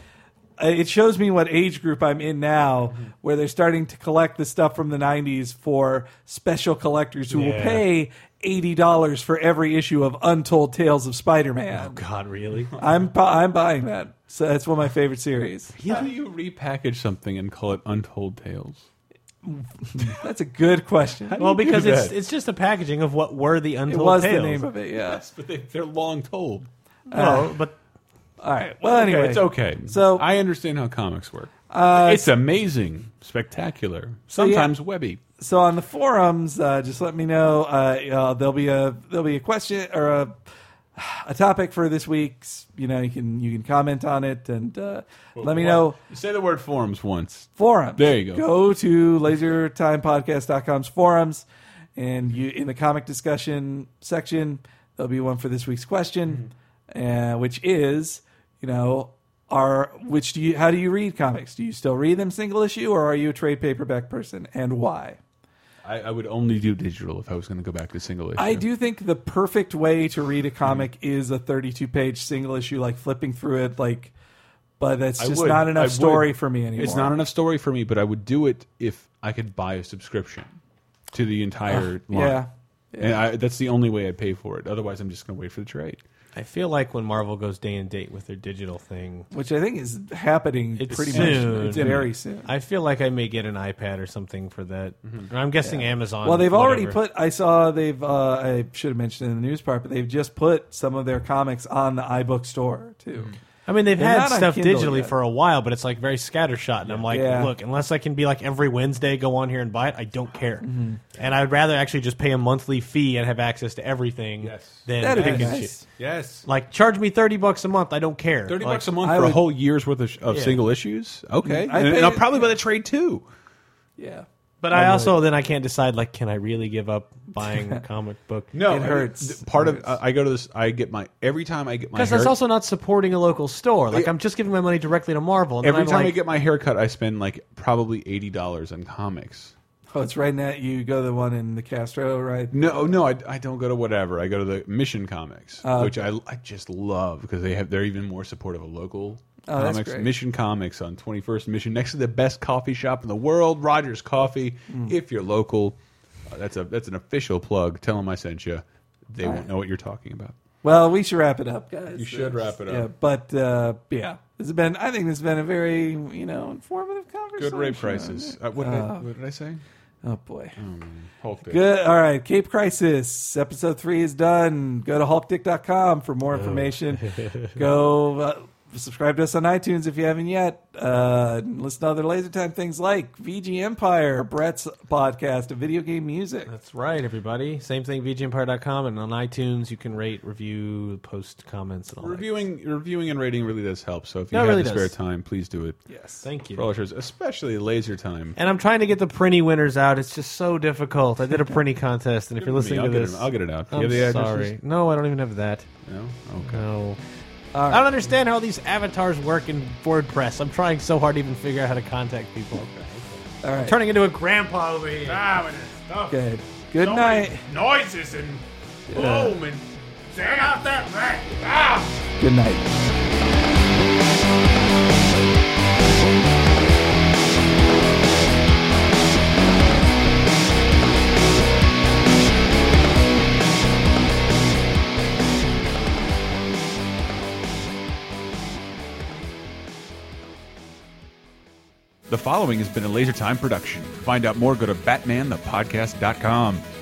Speaker 2: uh, it shows me what age group I'm in now,
Speaker 3: Mm-hmm.
Speaker 2: where they're starting to collect the stuff from the '90s for special collectors who will
Speaker 3: Yeah.
Speaker 2: pay eighty dollars for every issue of Untold Tales of Spider-Man.
Speaker 3: Oh, God, really?
Speaker 2: I'm bu- I'm buying that. So that's one of my favorite series.
Speaker 1: How do you repackage something and call it Untold Tales?
Speaker 2: That's a good question.
Speaker 3: Well,
Speaker 1: do you
Speaker 3: because
Speaker 1: do
Speaker 3: it's
Speaker 1: that?
Speaker 3: it's just a packaging of what were the
Speaker 2: it
Speaker 3: untold
Speaker 2: was
Speaker 3: tales.
Speaker 2: the name of it. Yeah.
Speaker 1: But they, they're long told.
Speaker 3: Well, but
Speaker 2: All right. Well, anyway,
Speaker 1: it's okay.
Speaker 2: So-
Speaker 1: I understand how comics work. it's amazing, spectacular, sometimes webby.
Speaker 2: so on the forums, uh, just let me know. Uh, uh, there'll be a there'll be a question or a a topic for this week's. You know, you can you can comment on it and uh, let me know.
Speaker 1: Say the word forums once.
Speaker 2: Forums.
Speaker 1: There you go.
Speaker 2: Go to lasertimepodcast.com's forums, and you in the comic discussion section there'll be one for this week's question,
Speaker 1: Mm-hmm.
Speaker 2: uh, which is you know. Are which do you how do you read comics? Do you still read them single issue or are you a trade paperback person and why?
Speaker 1: I, I would only do digital if I was going to go back to single issue.
Speaker 2: I do think the perfect way to read a comic is a 32 page single issue, like flipping through it, like, but that's
Speaker 1: I
Speaker 2: just
Speaker 1: would.
Speaker 2: not
Speaker 1: I
Speaker 2: enough
Speaker 1: would.
Speaker 2: story for me anymore.
Speaker 1: It's not enough story for me, but I would do it if I could buy a subscription to the entire line.
Speaker 2: Ah, Yeah.
Speaker 1: And I, that's the only way I'd pay for it. Otherwise, I'm just going to wait for the trade.
Speaker 3: I feel like when Marvel goes day and date with their digital thing,
Speaker 2: Which I think is happening
Speaker 3: It's
Speaker 2: pretty
Speaker 3: soon.
Speaker 2: much. It's very soon.
Speaker 3: I feel like I may get an iPad or something for that. Or I'm guessing Amazon.
Speaker 2: Mm-hmm. Well, they've already
Speaker 3: whatever.
Speaker 2: put. I saw they've. Uh, I should have mentioned it in the news part, but they've just put some of their comics on the iBook store too.
Speaker 3: I mean, they've
Speaker 2: They're
Speaker 3: had
Speaker 2: not on
Speaker 3: stuff
Speaker 2: Kindle
Speaker 3: digitally
Speaker 2: yet.
Speaker 3: for a while, but it's like very scattershot. And I'm like,
Speaker 2: Yeah.
Speaker 3: look, unless I can be like every Wednesday, go on here and buy it, I don't care.
Speaker 2: Mm-hmm.
Speaker 3: And I'd rather actually just pay a monthly fee and have access to everything
Speaker 1: Yes.
Speaker 3: than
Speaker 2: That'd be
Speaker 3: pick and
Speaker 2: nice.
Speaker 3: choose.
Speaker 1: Yes.
Speaker 3: Like, charge me 30 bucks a month. I don't care.
Speaker 1: 30
Speaker 3: Like,
Speaker 1: bucks a month
Speaker 2: I
Speaker 1: for a
Speaker 2: would-
Speaker 1: whole year's worth of, of
Speaker 3: Yeah.
Speaker 1: single issues? Okay.
Speaker 2: I
Speaker 1: and,
Speaker 2: pay-
Speaker 1: and I'll probably buy the trade too.
Speaker 2: Yeah,
Speaker 3: But I, also then I can't decide like can I really give up buying a comic book?
Speaker 1: No,
Speaker 2: It
Speaker 1: I-
Speaker 2: hurts.
Speaker 1: part
Speaker 2: It
Speaker 1: of I I go to this. I get my every time I get my
Speaker 3: because that's
Speaker 1: hair-
Speaker 3: also not supporting a local store. Like I'm just giving my money directly to Marvel. And
Speaker 1: every
Speaker 3: then
Speaker 1: time
Speaker 3: I'm
Speaker 1: I
Speaker 3: like,
Speaker 1: get my haircut, I spend like probably eighty dollars on comics.
Speaker 2: oh, it's right now. You go to the one in the Castro, right?
Speaker 1: No, no, I, I don't go to whatever. I go to the Mission Comics,
Speaker 3: Uh,
Speaker 1: which I, I just love because they have they're even more supportive of local
Speaker 3: Oh,
Speaker 2: that's
Speaker 1: comics.
Speaker 2: great.
Speaker 1: Mission Comics on Twenty First Mission, next to the best coffee shop in the world, Rogers Coffee.
Speaker 3: Mm.
Speaker 1: If you're local, uh, that's a that's an official plug. Tell them I sent you. They won't know what you're talking about.
Speaker 2: Well, we should wrap it up, guys.
Speaker 1: You should wrap it up.
Speaker 2: Yeah, but uh, yeah, this has been. I think this has been a very you know informative conversation.
Speaker 1: Good rate prices. Uh, what, did I, what did I say?
Speaker 2: Oh boy.
Speaker 1: Mm. Hulk did.
Speaker 2: Good. All right. Cape Crisis episode three is done. Go to hulkdick.com for
Speaker 1: Oh.
Speaker 2: more information. Go uh, subscribe to us on iTunes if you haven't yet. Uh, and listen to other Laser Time things like VG Empire, Brett's podcast of video game music.
Speaker 3: that's right, everybody. Same thing, VGEmpire.com and on iTunes you can rate, review, post comments, and all. that.
Speaker 1: Reviewing, reviewing, and rating really does help. So if you
Speaker 3: No, it
Speaker 1: have
Speaker 3: really
Speaker 1: the spare
Speaker 3: does.
Speaker 1: time, please do it.
Speaker 2: Yes.
Speaker 3: Thank you.
Speaker 1: Publishers, especially Laser Time.
Speaker 3: And I'm trying to get the printy winners out. It's just so difficult. I did a printy contest, and if you're listening
Speaker 1: I'll
Speaker 3: to
Speaker 1: get
Speaker 3: this,
Speaker 1: it, I'll get it out.
Speaker 3: I'm
Speaker 1: You have the addresses?
Speaker 3: sorry. No, I don't even have that.
Speaker 1: No. Okay.
Speaker 3: No. I don't understand how these avatars work in WordPress. I'm trying so hard to even figure out how to contact people.
Speaker 2: All right.
Speaker 3: Turning into a grandpa over here.
Speaker 2: Good. Good night.
Speaker 9: Noises and boom and turn out that light. Ah!
Speaker 2: Good night.
Speaker 1: The following has been a Laser Time production. Find out more, go to BatmanThePodcast.com.